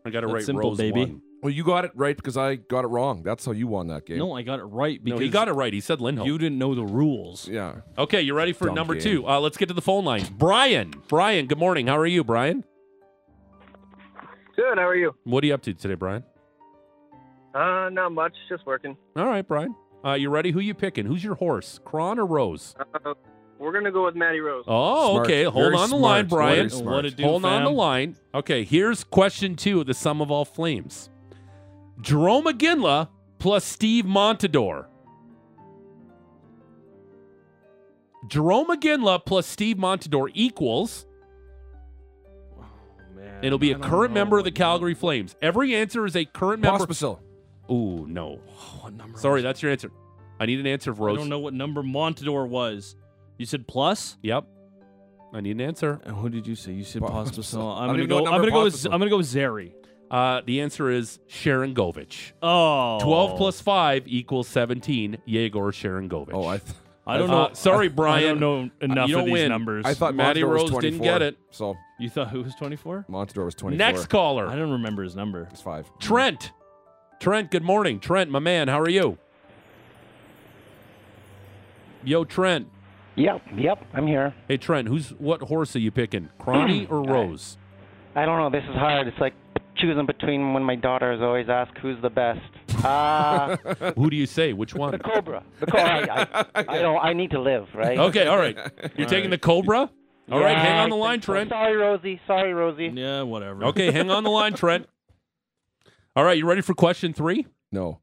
I got to
That's
write
simple,
Rose
baby.
one.
Well, you got it right because I got it wrong. That's how you won that game.
No, I got it right
No,
because
he got it right. He said Lindholm.
you didn't know the rules.
Yeah.
okay, you ready for
Dumb
number
game.
two? Uh, let's get to the phone lines. Brian. Brian. Good morning. How are you, Brian?
Good. How are you?
What are you up to today, Brian?
Uh, not much. Just working.
All right, Brian. Uh, you ready? Who you picking? Who's your horse? Cron or Rose?
Uh, we're gonna go with Matty Rose.
Oh,
Smart.
okay. Hold
Very
on the
smart.
line,
Very
Brian.
smart.
What a dude,
Hold on the
fam.
line. Okay, here's question two of the sum of all flames. Jerome McGinley plus Steve Montador. Jerome McGinley plus Steve Montador equals,
Oh, man.
and it'll be
I
a
don't
current
know
member of
what
the
num-
Calgary Flames. Every answer is a current member.
Pospisil.
Ooh, no.
Oh, what number
Sorry,
was-
that's your answer. I need an answer,
I
Rose.
don't know what number Montador was. You said plus?
Yep. I need an answer.
And what did you say? You said [laughs]
Po-
Pospisil.
I
I'm
don't
gonna
even know
go.
what
I'm
number
gonna go. With,
Pospisil.
I'm gonna go with Zeri.
Uh, the answer is Sharon Govich.
Oh.
12 plus 5 equals 17. Yegor Sharangovich.
Oh, I, th-
I don't
Uh,
know.
sorry,
[laughs] I
Brian. Uh,
don't know enough
you don't
of these
win.
numbers.
I thought
Matty
Montador was
Rose
24,
didn't get it.
So
you thought who was 24?
Montador was 24.
Next
I
caller,
don't remember his number.
It's five.
Trent. Trent, good morning. Trent, my man, how are you? Yo, Trent.
Yep, yep, I'm here.
Hey, Trent, who's what horse are you picking? Cronny or Rose?
I don't know, this is hard. It's like choosing between when my daughters always ask who's the best. Uh,
Who do you say? Which
the
one?
Cobra. The Cobra.
[laughs]
I, I, I don't. I need to live, right?
Okay, all right. You're taking the Cobra? All right, hang
Yeah,
on the
I
line,
think so.
Trent.
Sorry, Rosie. Sorry, Rosie.
Yeah, whatever.
Okay, hang on the line, Trent. All right, you ready for question three?
No.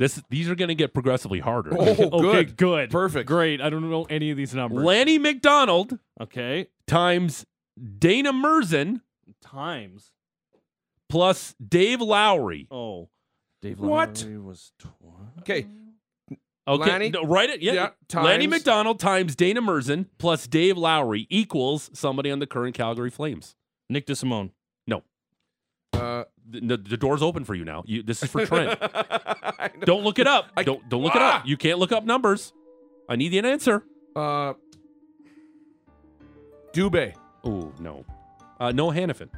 This these are going to get progressively harder.
Oh, good.
Okay, good.
Perfect.
Great. I don't know any of these numbers.
Lanny McDonald
okay.
times Dana Merzen
Times.
plus Dave Lowry.
Oh. Dave
What?
Lowry was 12.
Okay.
Okay,
Lanny?
no, write it. Yeah,
Yeah,
Lanny
times-
McDonald times Dana Merzen plus Dave Lowry equals somebody on the current Calgary Flames.
Nick DeSimone.
Uh,
The, the- the door's open for you now. You, this is for Trent.
[laughs] I know.
don't look it up.
I-
don't don't look it
Ah!
up. You can't look up numbers. I need an answer.
Uh, Dubé.
Oh no, uh, no Hannafin.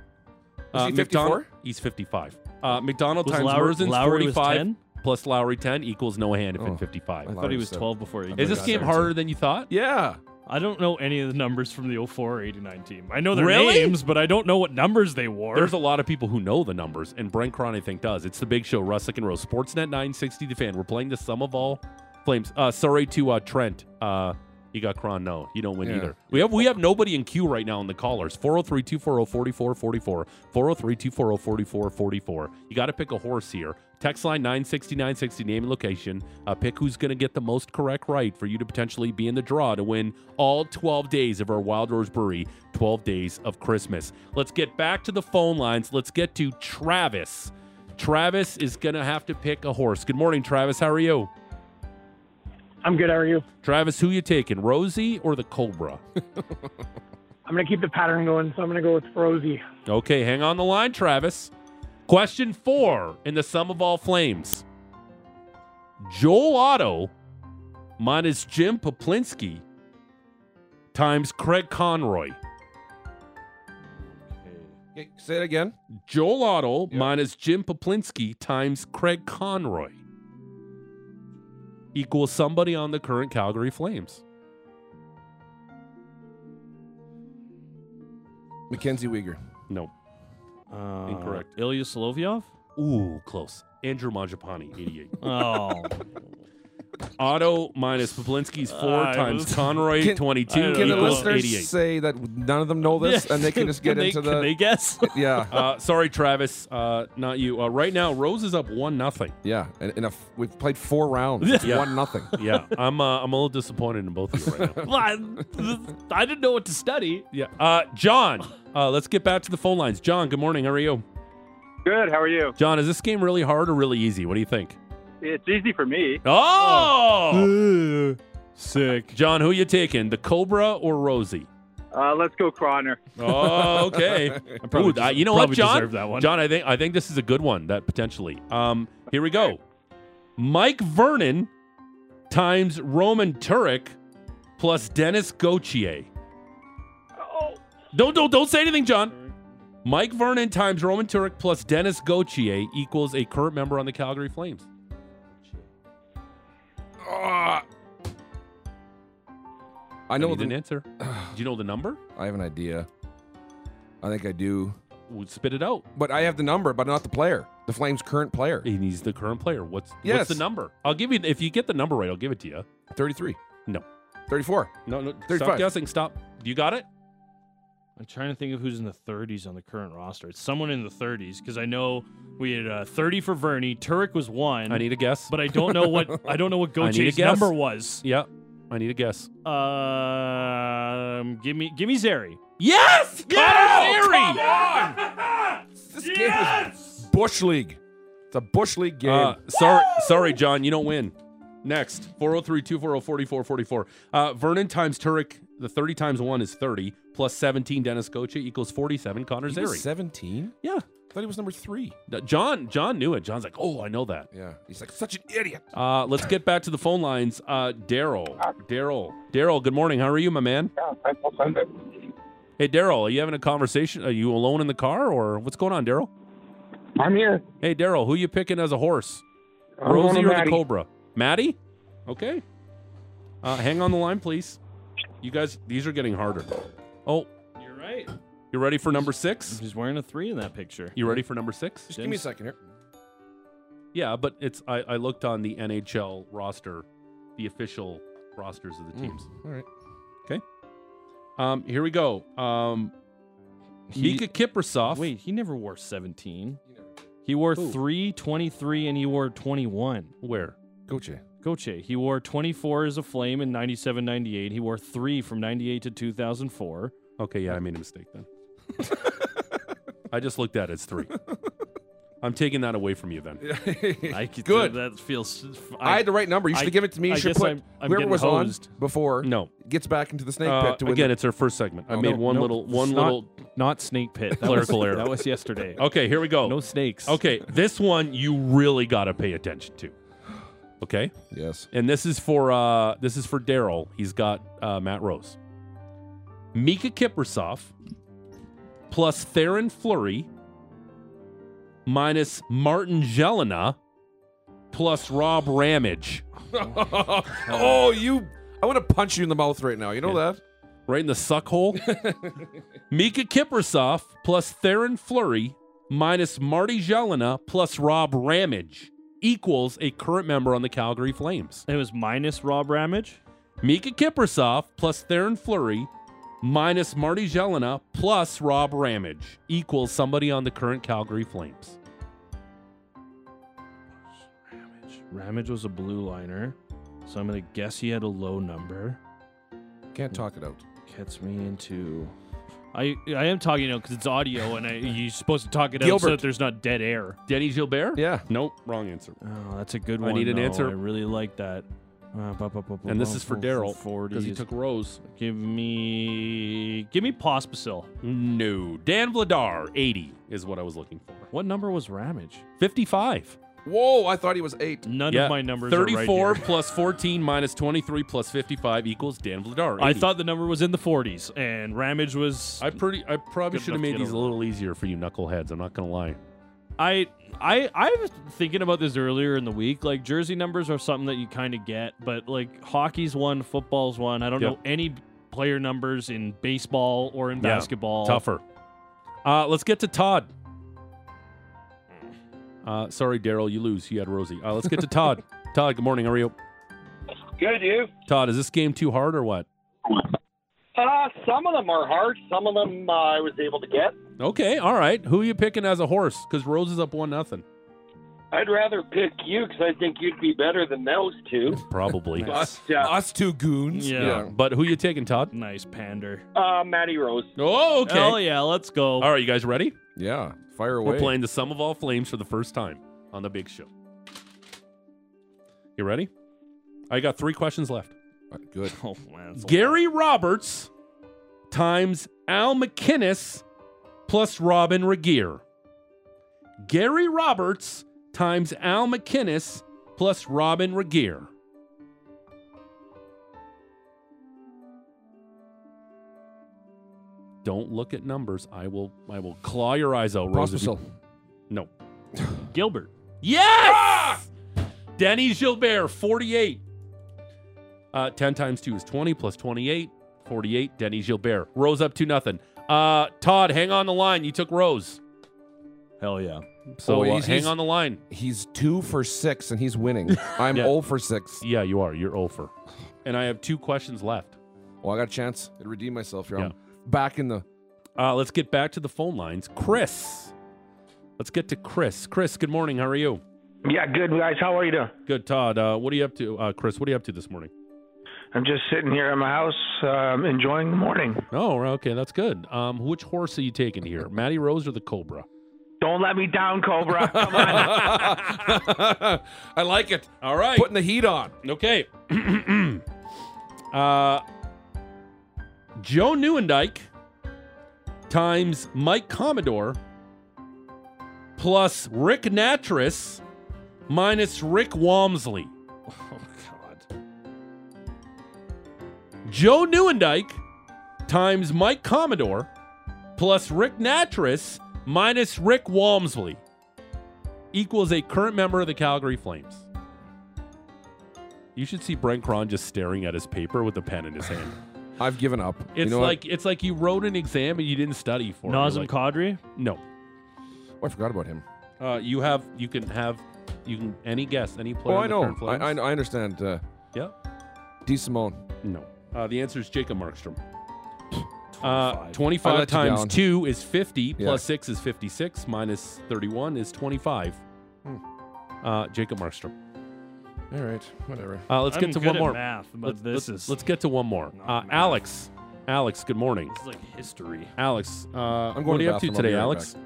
Was
Uh,
he
McDonald-
54?
He's fifty-five. Uh, McDonald
Was
times
Lowry,
Merzen's
Lowry was
forty-five
10?
plus Lowry ten equals no Hannafin
Oh.
fifty-five.
I thought he was
Lowry
12 before he
Is
Is
got
this
Yeah,
game
sorry.
harder than you thought?
Yeah.
I don't know any of the numbers from the 04 89 team. I know their
Really?
names, but I don't know what numbers they wore.
There's a lot of people who know the numbers, and Brent Cron, I think, does. It's the big show, Russick and Rose. Sportsnet 960, the fan. We're playing the sum of all flames. Uh, sorry to uh, Trent. Uh, you got Cron. No, you don't win
Yeah.
either. We have we have nobody in queue right now in the callers. 403 240 4444. 403 240 4444. You got to pick a horse here. Text line 960 960, name and location. Uh, pick who's going to get the most correct right for you to potentially be in the draw to win all 12 days of our Wild Rose Brewery 12 Days of Christmas. Let's get back to the phone lines. Let's get to Travis. Travis is going to have to pick a horse. Good morning, Travis. How are you?
I'm good. How are you?
Travis, who you taking, Rosie or the Cobra?
I'm gonna keep the pattern going, so I'm gonna go with Rosie.
Okay, hang on the line, Travis. Question four in the sum of all flames. Joel Otto minus Jim Poplinski times Craig Conroy.
Okay, Say it again.
Joel Otto
Yeah.
minus Jim Poplinski times Craig Conroy equals somebody on the current Calgary Flames.
Mackenzie Weegar.
No.
Uh,
Incorrect.
Ilya [laughs] Solovyov?
[laughs]
Ooh, close. Andrew Mangiapane, 88.
Oh.
Otto minus Poblinsky's four
Uh,
times
it was-
Conroy
Can-
twenty two
I don't
Can the
equal
equals
listeners
eighty eight.
say that none of them know this and they can just
[laughs]
get
they-
into
Can they
the [laughs]
guess?
yeah
Uh, sorry, Travis, uh, not you. Uh, right now, Rose is up one nothing.
yeah and, and if we've played four rounds it's
Yeah.
one
[laughs]
nothing
Yeah, I'm uh, I'm a little disappointed in both of you right now.
Well, I, [laughs] I didn't know what to study.
Yeah, uh, John, uh, let's get back to the phone lines. John, good morning. How are you?
Good. How are you?
John, is this game really hard or really easy? What do you think?
It's easy for me.
Oh,
Sick.
John, who you taking? The Cobra or Rosie?
Uh, let's go, Croner.
Oh,
[laughs]
okay.
probably
Ooh,
des-
I- you know what,
probably
John?
deserve that one.
John, I think I think this is a good one. That potentially. Um, here we go. Mike Vernon times Roman Turek plus Dennis Gauthier.
Oh,
Don't don't don't say anything, John. Mike Vernon times Roman Turek plus Dennis Gauthier equals a current member on the Calgary Flames.
Ah! I know
didn't
the, [sighs]
answer. Do you know the number?
I have an idea I think I do
We'll spit it out.
but I have the number but not the player the Flames current player
He needs the current player. What's
Yes.
what's the number? I'll give you if you get the number right, I'll give it to you.
33
No.
34
No, no. Stop
35.
guessing. Stop. You got it.
I'm trying to think of who's in the 30s on the current roster. It's someone in the 30s because I know we had uh, 30 for Vernie. Turek was one.
I need a guess.
[laughs] but I don't
[laughs]
know what I don't know what
I need a
Goche's
guess.
number was.
yeah, I need a guess.
Um, give me give me Zeri.
Yes,
Yes!
Connor Zeri!
this game is Bush League it's a Bush League game
Uh, sorry, sorry, John, you don't win. Next, 403-240-4444. Uh, Vernon times Turek, the 30 times 1 is 30, plus 17 Dennis Koche equals 47 Connor
He was
Zeri.
17
Yeah.
I thought he was number three
No, John, John knew it. John's like, oh, I know that.
yeah he's like such an idiot
Ah,
Uh, let's get back to the phone lines. Uh, Daryl, Daryl, Daryl, good morning. How are you, my man? Hey, Daryl, are you having a conversation? Are you alone in the car or what's going on, Daryl?
I'm here.
Hey, Daryl, who you picking as a horse?
I'm going
Rosie
to
or the
Maddie.
Cobra? Maddie? Okay. Uh, hang on the line, please. You guys, these are getting harder. Oh,
You're right.
you ready for number six?
He's wearing a three in that picture.
You ready for number six?
just give me a second here
Yeah, but it's I, I looked on the NHL roster, the official rosters of the teams.
all right
Um, here we go. Um,
He-
Mika Kiprasov.
Wait, he never wore 17. He wore
Who?
three, 23, and he wore 21.
where?
Goche
Goche, he wore 24 as a flame in 97 98. He wore three from 98 to 2004.
Okay, yeah, I made a mistake then. I just looked at it. It's three. I'm taking that away from you then.
[laughs] I could,
Good.
That feels.
I, had the right number. You should
I-
have given it to me. You
I
should
guess
put
I'm- I'm
whoever
getting
was
hosed.
on before
No.
gets back into the snake
Uh,
pit to win.
again,
the-
it's our first segment. I
Oh,
made
no,
one
no,
little,
it's
one
not-
little.
Not snake [laughs] pit. That
Clerical
was,
error.
That was yesterday.
Okay, here we go.
No snakes.
Okay, this one you really got to pay attention to. Okay,
yes.
and this is for uh, this is for Daryl. He's got uh, Matt Rose, Mika Kiprasov, plus Theron Flurry, minus Martin Jelena, plus Rob Ramage,
oh, you! I want to punch you in the mouth right now. You know that?
right in the suck hole. Mika Kiprasov plus Theron Flurry minus Marty Jelena plus Rob Ramage equals a current member on the Calgary Flames.
It was minus Rob Ramage.
Mika Kiprasov plus Theron Fleury minus Marty Jelena plus Rob Ramage equals somebody on the current Calgary Flames.
Ramage was a blue liner, so I'm gonna guess he had a low number.
Can't talk it out.
Gets me into. I I am talking now because it's audio, [laughs] and I, you're supposed to talk it out so
Gilbert.
that there's not dead air.
Denny Gilbert?
Yeah.
Nope, wrong answer.
Oh, that's a good
I
one.
need an
though.
answer.
I really like that. Uh, bu- bu- bu- bu-
And this
bu-
is for
bu-
Daryl because he
40s.
took Rose.
Give me, give me Pospisil.
No, Dan Vladar, 80 is what I was looking for.
What number was Ramage?
55.
Whoa! I thought he was eight.
None
Yeah,
of my numbers
34
are right here.
plus 14 minus 23 plus 55 equals Dan Vladar.
I
80.
thought the number was in the 40s, and Ramage was.
I pretty I probably
Good
should have
enough to
made
get
these a
over.
little easier for you knuckleheads. I'm not going to lie.
I I I was thinking about this earlier in the week. Like jersey numbers are something that you kind of get, but like hockey's one, football's one. I don't
Yep.
know any player numbers in baseball or in
Yeah,
basketball.
tougher. Uh, let's get to Todd. Uh, sorry, Daryl, you lose. You had Rosie. Uh, let's get to Todd. Todd, good morning. How are you?
Good, you?
Todd, is this game too hard or what?
Uh, some of them are hard. Some of them uh, I was able to get.
Okay, all right. Who are you picking as a horse? Because Rose is up one nothing.
I'd rather pick you because I think you'd be better than those two.
[laughs] Probably.
Us,
Yeah.
us two goons.
Yeah.
But who you taking, Todd?
Nice pander.
Uh, Matty Rose.
Oh, okay.
Hell yeah, let's go.
All right, you guys ready?
Yeah. Fire away.
We're playing the sum of all flames for the first time on the big show. You ready? I got three questions left.
Uh, Good.
Oh, man, that's a
Gary Roberts times Al McInnes plus Robin Regeer. Gary Roberts times Al McInnes plus Robin Regeer. Don't look at numbers. I will. I will claw your eyes out, [laughs] Rose. if you-
Prospecil.
[laughs]
No.
lot. Gilbert.
Yes!
Ah!
Danny Gilbert, 48. Uh, 10 times 2 is 20 plus 28, 48. Denny Gilbert. Rose up to nothing. Uh, Todd, hang on the line. You took Rose.
Hell yeah.
So
Oh,
uh,
he's-
hang
he's-
on the line.
He's two for six and he's winning.
[laughs]
I'm
Yeah.
0 for six.
Yeah, you are. You're over. And I have two questions left.
Well, I got a chance to redeem myself here. I'm
Yeah.
back in the.
Uh, let's get back to the phone lines. Chris. Let's get to Chris. Chris, good morning. How are you?
Yeah, good guys. How are you doing?
Good, Todd. Uh, what are you up to? Uh, Chris, what are you up to this morning?
I'm just sitting here at my house, um, enjoying the morning.
Oh, okay. That's good. Um, which horse are you taking here? Matty Rose or the Cobra?
Don't let me down, Cobra. Come on.
[laughs] I like it.
All right.
Putting the heat on.
Okay. [clears throat] uh, Joe Newendike times Mike Commodore plus Rick Natras minus Rick Walmsley.
Oh, God.
Joe Newendike times Mike Commodore plus Rick Natras minus Rick Walmsley equals a current member of the Calgary Flames. You should see Brent Cron just staring at his paper with a pen in his hand.
I've given up.
It's
you know what?
like it's like you wrote an exam and you didn't study for it.
Nazem
You're like,
Kadri.
no,
Oh, I forgot about him.
uh, you have you can have you can any guess any player.
Oh,
in the
I know.
current
I,
Flames.
I, I understand. Uh,
Yeah.
D. Simone.
No. Uh, the answer is Jacob Markstrom. Uh,
I
25
let you
times
down.
2 is 50,
Yeah.
plus 6 is 56, minus 31 is 25.
Hmm.
Uh, Jacob Markstrom.
All right. Whatever.
Uh, let's
I'm
get to
good
one
at
more.
math, but
let's,
this
let's-
is
let's get to one more.
not
Uh,
math.
Alex. Alex, good morning.
this is like history.
Alex, uh,
going
what are
to
you up to
bathroom. I'll be
today,
right
Alex?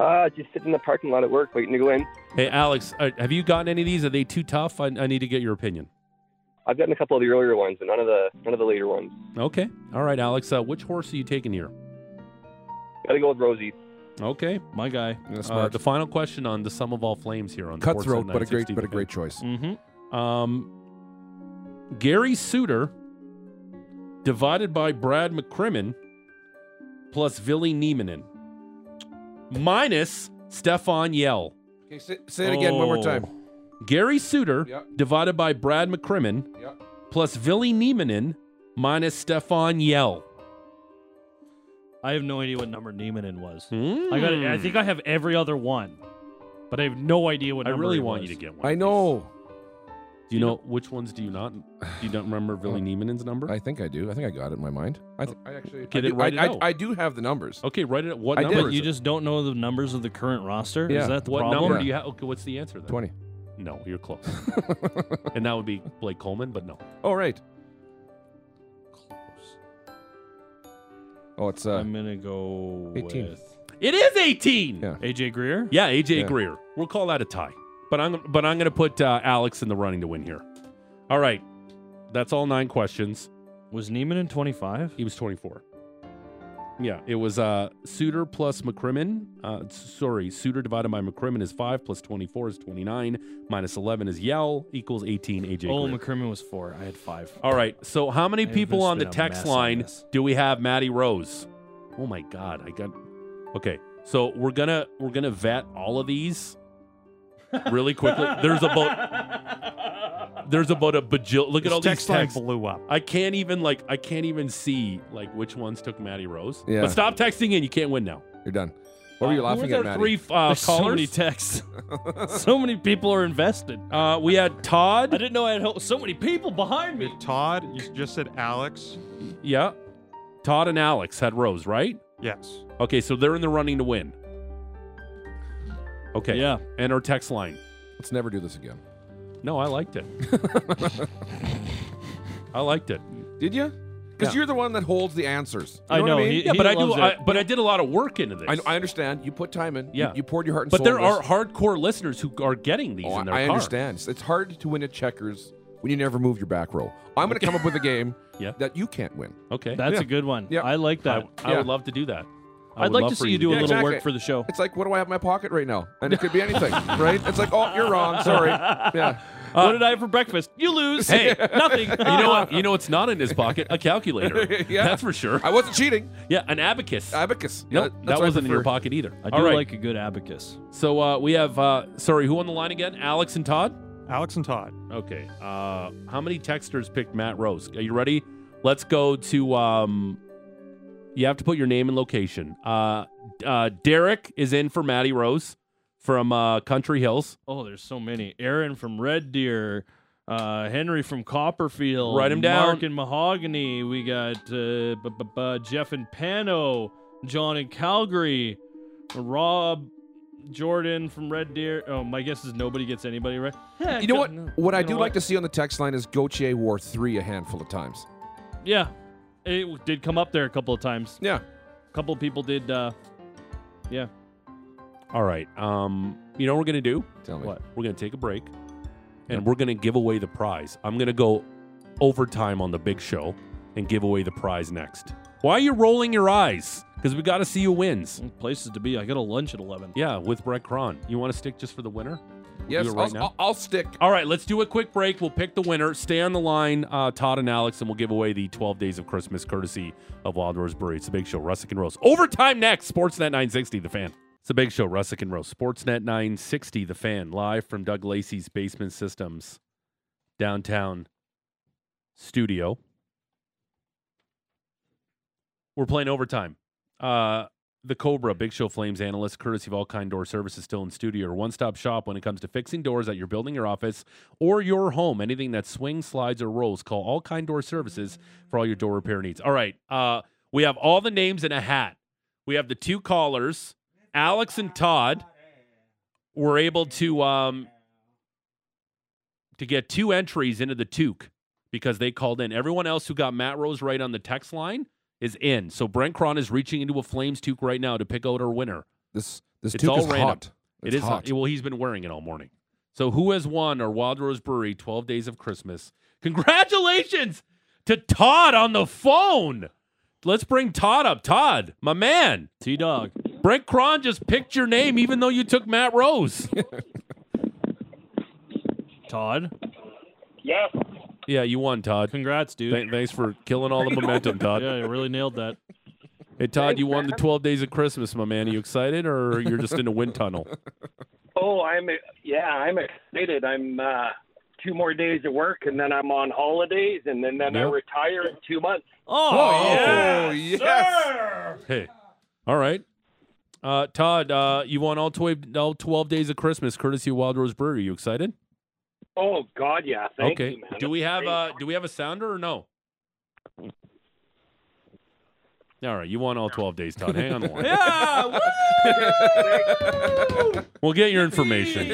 Uh, just sitting in the parking lot at work waiting to go in.
Hey, Alex, uh, have you gotten any of these? Are they too tough? I, I need to get your opinion.
I've gotten a couple of the earlier ones, but none of the none of the later ones.
Okay. All right, Alex. Uh, which horse are you taking here?
Gotta go with Rosie.
Okay.
My guy.
Yeah,
Uh,
smart.
the final question on the sum of all flames here on Sports
Cutthroat,
at
but a great,
960.
but a great choice.
Mm-hmm.
Um, Gary Suter divided by Brad McCrimmon plus Vili Nieminen minus Stefan Yell.
Okay, say, say it again one more
Oh.
time.
Gary Suter
Yep.
divided by Brad McCrimmon
Yep.
plus Vili Nieminen minus Stefan Yell.
I have no idea what number Neimanin was.
Hmm.
I got. it. I think I have every other one, but I have no idea what
I
number
really
it
want
was.
you to get one.
I know.
Do you know which ones do you not? Do you not remember Vili Niemanen's number?
Uh, I think I do. I think I got it in my mind. I, th- Oh, I actually.
Okay,
I,
then
do,
write it
I, I,
out.
I do have the numbers.
Okay, write it. out. What
I
number?
did.
is
You
it?
just don't know the numbers of the current roster.
Yeah.
Is that the
What
problem?
number
Yeah.
do you have? Okay, what's the answer then?
Oh, [laughs] Twenty.
No, you're close.
[laughs]
and that would be Blake Coleman, but no.
Oh right. Oh, it's uh.
I'm gonna go
18.
with
It is 18.
Yeah.
AJ Greer.
Yeah, AJ
Yeah.
Greer. We'll call that a tie. But I'm but I'm going to put uh, Alex in the running to win here. All right. That's all nine questions.
Was Neiman in 25?
He was 24. Yeah, it was uh, Suter plus McCrimmon. Uh, s- sorry, Suter divided by McCrimmon is 5, plus 24 is 29, minus 11 is Yell, equals 18, AJ
Oh,
Greer. Oh,
McCrimmon was four. I
[laughs]
had five.
All right. So how many
I've
people
just
on the
been a
text
mess on
line
this.
do we have Maddie Rose? Oh my god, I got Okay. So we're going to we're going to vet all of these really quickly. There's about there's about a bajillion. Look at all these texts.
blew up.
I can't even like I can't even see like which ones took Maddie Rose.
Yeah.
But stop texting in. You can't win now.
You're done. What were you
Who was
laughing at,
our
Maddie?
three uh,
There's so many
callers?
[laughs]
texts. so many people are invested.
uh, we had
I
Todd.
didn't know I had ho- so many people behind me.
Todd, you just said Alex.
Yeah. Todd and Alex had Rose, right?
Yes.
Okay, so they're in the running to win. Okay.
Yeah.
And our text line.
Let's never do this again.
No, I liked
[laughs]
it. I liked it.
Did you? Because
Yeah.
you're the one that holds the answers. You
I know.
What I, mean?
he-
Yeah, but
he
I do.
loves
I,
it.
but I did a lot of work into this.
I, I understand. You put time in. You-
Yeah.
You, poured your heart and
but
soul.
there
into this.
are hardcore listeners who are getting these
Oh,
in their
I
car.
understand. It's- It's hard to win at checkers when you never move your back row. I'm going to come up with a game
[laughs] Yeah.
that you can't win.
Okay.
That's
Yeah.
a good one.
Yeah.
I like
I,
that.
I
Yeah.
would love to do that. I
I would
would
like
love
to
for
see
you
you do
to
a
do
little
that.
work for the show.
It's like, what do I have in my pocket right now? And it could
[laughs]
be anything, right? It's like, oh, you're wrong. Sorry. Yeah.
what did I have for breakfast? You lose. [laughs]
Hey.
nothing.
You know what? You know what's not in his pocket? A calculator.
Yeah.
That's for
[laughs]
sure.
I wasn't cheating.
Yeah, an abacus.
Abacus.
Nope,
Yeah, that's
that
what I
wasn't in your
prefer.
pocket either.
I do
All right.
like a good abacus.
so uh, we have uh, sorry, who on the line again? Alex and Todd.
Alex and Todd.
Okay. Uh, how many texters picked Matt Rose? Are you ready? Let's go to. Um, you have to put your name and location. Uh, uh, Derek is in for Matty Rose from uh, Country Hills.
Oh, there's so many. Aaron from Red Deer, uh, Henry from Copperfield.
Write 'em down.
Mark and Mahogany. We got uh, b- b- b- Jeff and Pano, John in Calgary, Rob, Jordan from Red Deer. Oh, my guess is nobody gets anybody right. Heck,
You know what?
no.
What I
You know
do like to see on the text line is Gauthier wore three a handful of times.
Yeah, it w- did come up there a couple of times.
Yeah.
A couple of people did. Uh,
All right. Um, you know what we're gonna do?
Tell me.
What?
We're gonna take a break, and we're gonna give away the prize. I'm gonna go overtime on the big show and give away the prize next. Why are you rolling your eyes? Because we got to see who wins.
places to be. I got a lunch at eleven.
Yeah, with Brett Cron. You want to stick just for the winner?
Yes,
Do it
I'll,
right now?
I'll, I'll stick.
All right, let's do a quick break. We'll pick the winner. Stay on the line, uh, Todd and Alex, and we'll give away the 12 Days of Christmas courtesy of Wild Rose Brewery. It's a big show, Russick and Rose. Overtime next, Sportsnet 960, The Fan. It's a big show, Russick and Rose. Sportsnet 960, The Fan, live from Doug Lacey's Basement Systems downtown studio. We're playing overtime. Uh, the Cobra Big Show Flames analyst, courtesy of All Kind Door Services, still in studio, or one stop shop when it comes to fixing doors at your building, your office, or your home. Anything that swings, slides, or rolls, call All Kind Door Services for all your door repair needs. All right, uh, we have all the names in a hat. We have the two callers, Alex and Todd. Were able to um, to get two entries into the Toque because they called in. Everyone else who got Matt Rose right on the text line is in. So Brent Cron is reaching into a Flames Toque right now to pick out our winner.
This this
It's
toque
all
is
random.
hot. It's
it is uh,
hot.
Well, he's been wearing it all morning. So who has won our Wild Rose Brewery 12 Days of Christmas? Congratulations to Todd on the phone. Let's bring Todd up. Todd, my man.
T Dog.
Brent Cron just picked your name even though you took Matt
[laughs]
Rose.
Todd.
Yes.
yeah, you won, Todd.
Congrats, dude.
Th- thanks for killing all the momentum, Todd.
yeah, you really nailed [laughs] that.
Hey Todd, you won the 12 days of Christmas, my man. Are you excited or you're just in a wind
[laughs]
tunnel?
Oh, I'm yeah, I'm excited. I'm uh, two more days at work, and then I'm on holidays, and then then I
Yep.
retire in two months.
Oh,
Oh, yes.
Hey. All right. Uh, Todd, uh, you won all 12, all 12 days of Christmas courtesy of Wild Rose Brewery. You excited?
Oh God, yeah. Thank
okay.
you, man.
do we have uh do we have a sounder or no? All right, you won all 12 days, Todd. Hang on the
[laughs]
line.
yeah. Woo!
We'll get your information.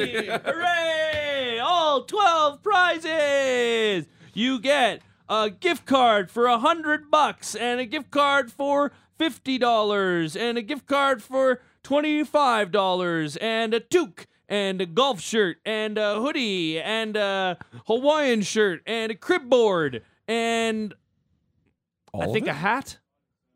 Hooray! All 12 prizes! You get a gift card for a 100 bucks and a gift card for $50 and a gift card for $25 and a toque and a golf shirt and a hoodie and a Hawaiian shirt and a crib board and
All
I
of
think
it?
a hat.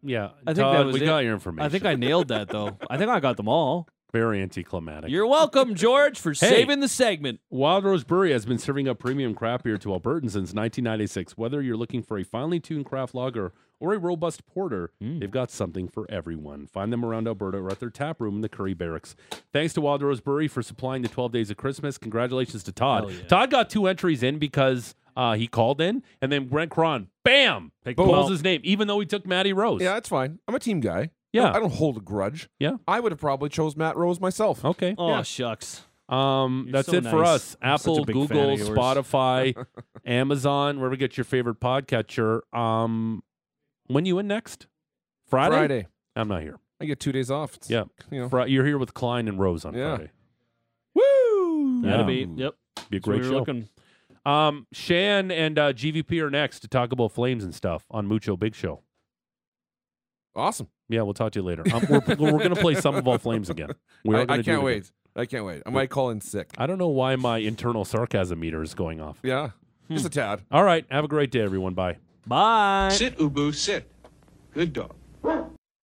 Yeah.
I think that
Todd,
was
we
it.
got your information.
I think I nailed that though. I think I got them all.
very anticlimactic.
You're welcome, George, for saving the segment.
Wild Rose Brewery has been serving up premium craft beer to Albertans since 1996. Whether you're looking for a finely tuned craft lager or a robust porter,
Hmm.
they've got something for everyone. Find them around Alberta or at their tap room in the Curry Barracks. Thanks to Wild Rose Brewery for supplying the 12 days of Christmas. Congratulations to Todd.
Hell yeah.
Todd got two entries in because uh, he called in, and then Brent Cron, bam,
Picked him
calls
out.
his name, even though he took Matty Rose.
Yeah, that's fine. I'm a team guy.
Yeah.
I don't hold a grudge.
Yeah.
I would have probably chose Matt Rose myself.
Okay.
Oh
Yeah.
shucks.
Um,
You're
that's
so
it for
nice.
us.
I'm such a
Apple,
big fan of
Google,
yours. [laughs]
Spotify, Amazon, wherever you get your favorite podcatcher. Um, when you in next? Friday.
Friday.
I'm not here.
I get two days off. It's,
Yeah.
You know.
Fri- you're here with Klein and Rose on
Yeah.
Friday.
Woo!
That'd
Yeah.
be yep.
Be a
That's what
great
we were
show.
Looking.
Um, Shan and uh, GVP are next to talk about flames and stuff on Mucho Big Show.
Awesome.
Yeah, we'll talk to you later. Um, we're [laughs] we're gonna play some of all flames again. We are
I, I
gonna do it
can't
again.
wait. I can't wait. I might call in sick.
I don't know why my internal sarcasm meter is going off.
Yeah. Just a tad.
Hmm. All right, have a great day, everyone. Bye.
Bye.
Sit, Ubu, sit. Good dog.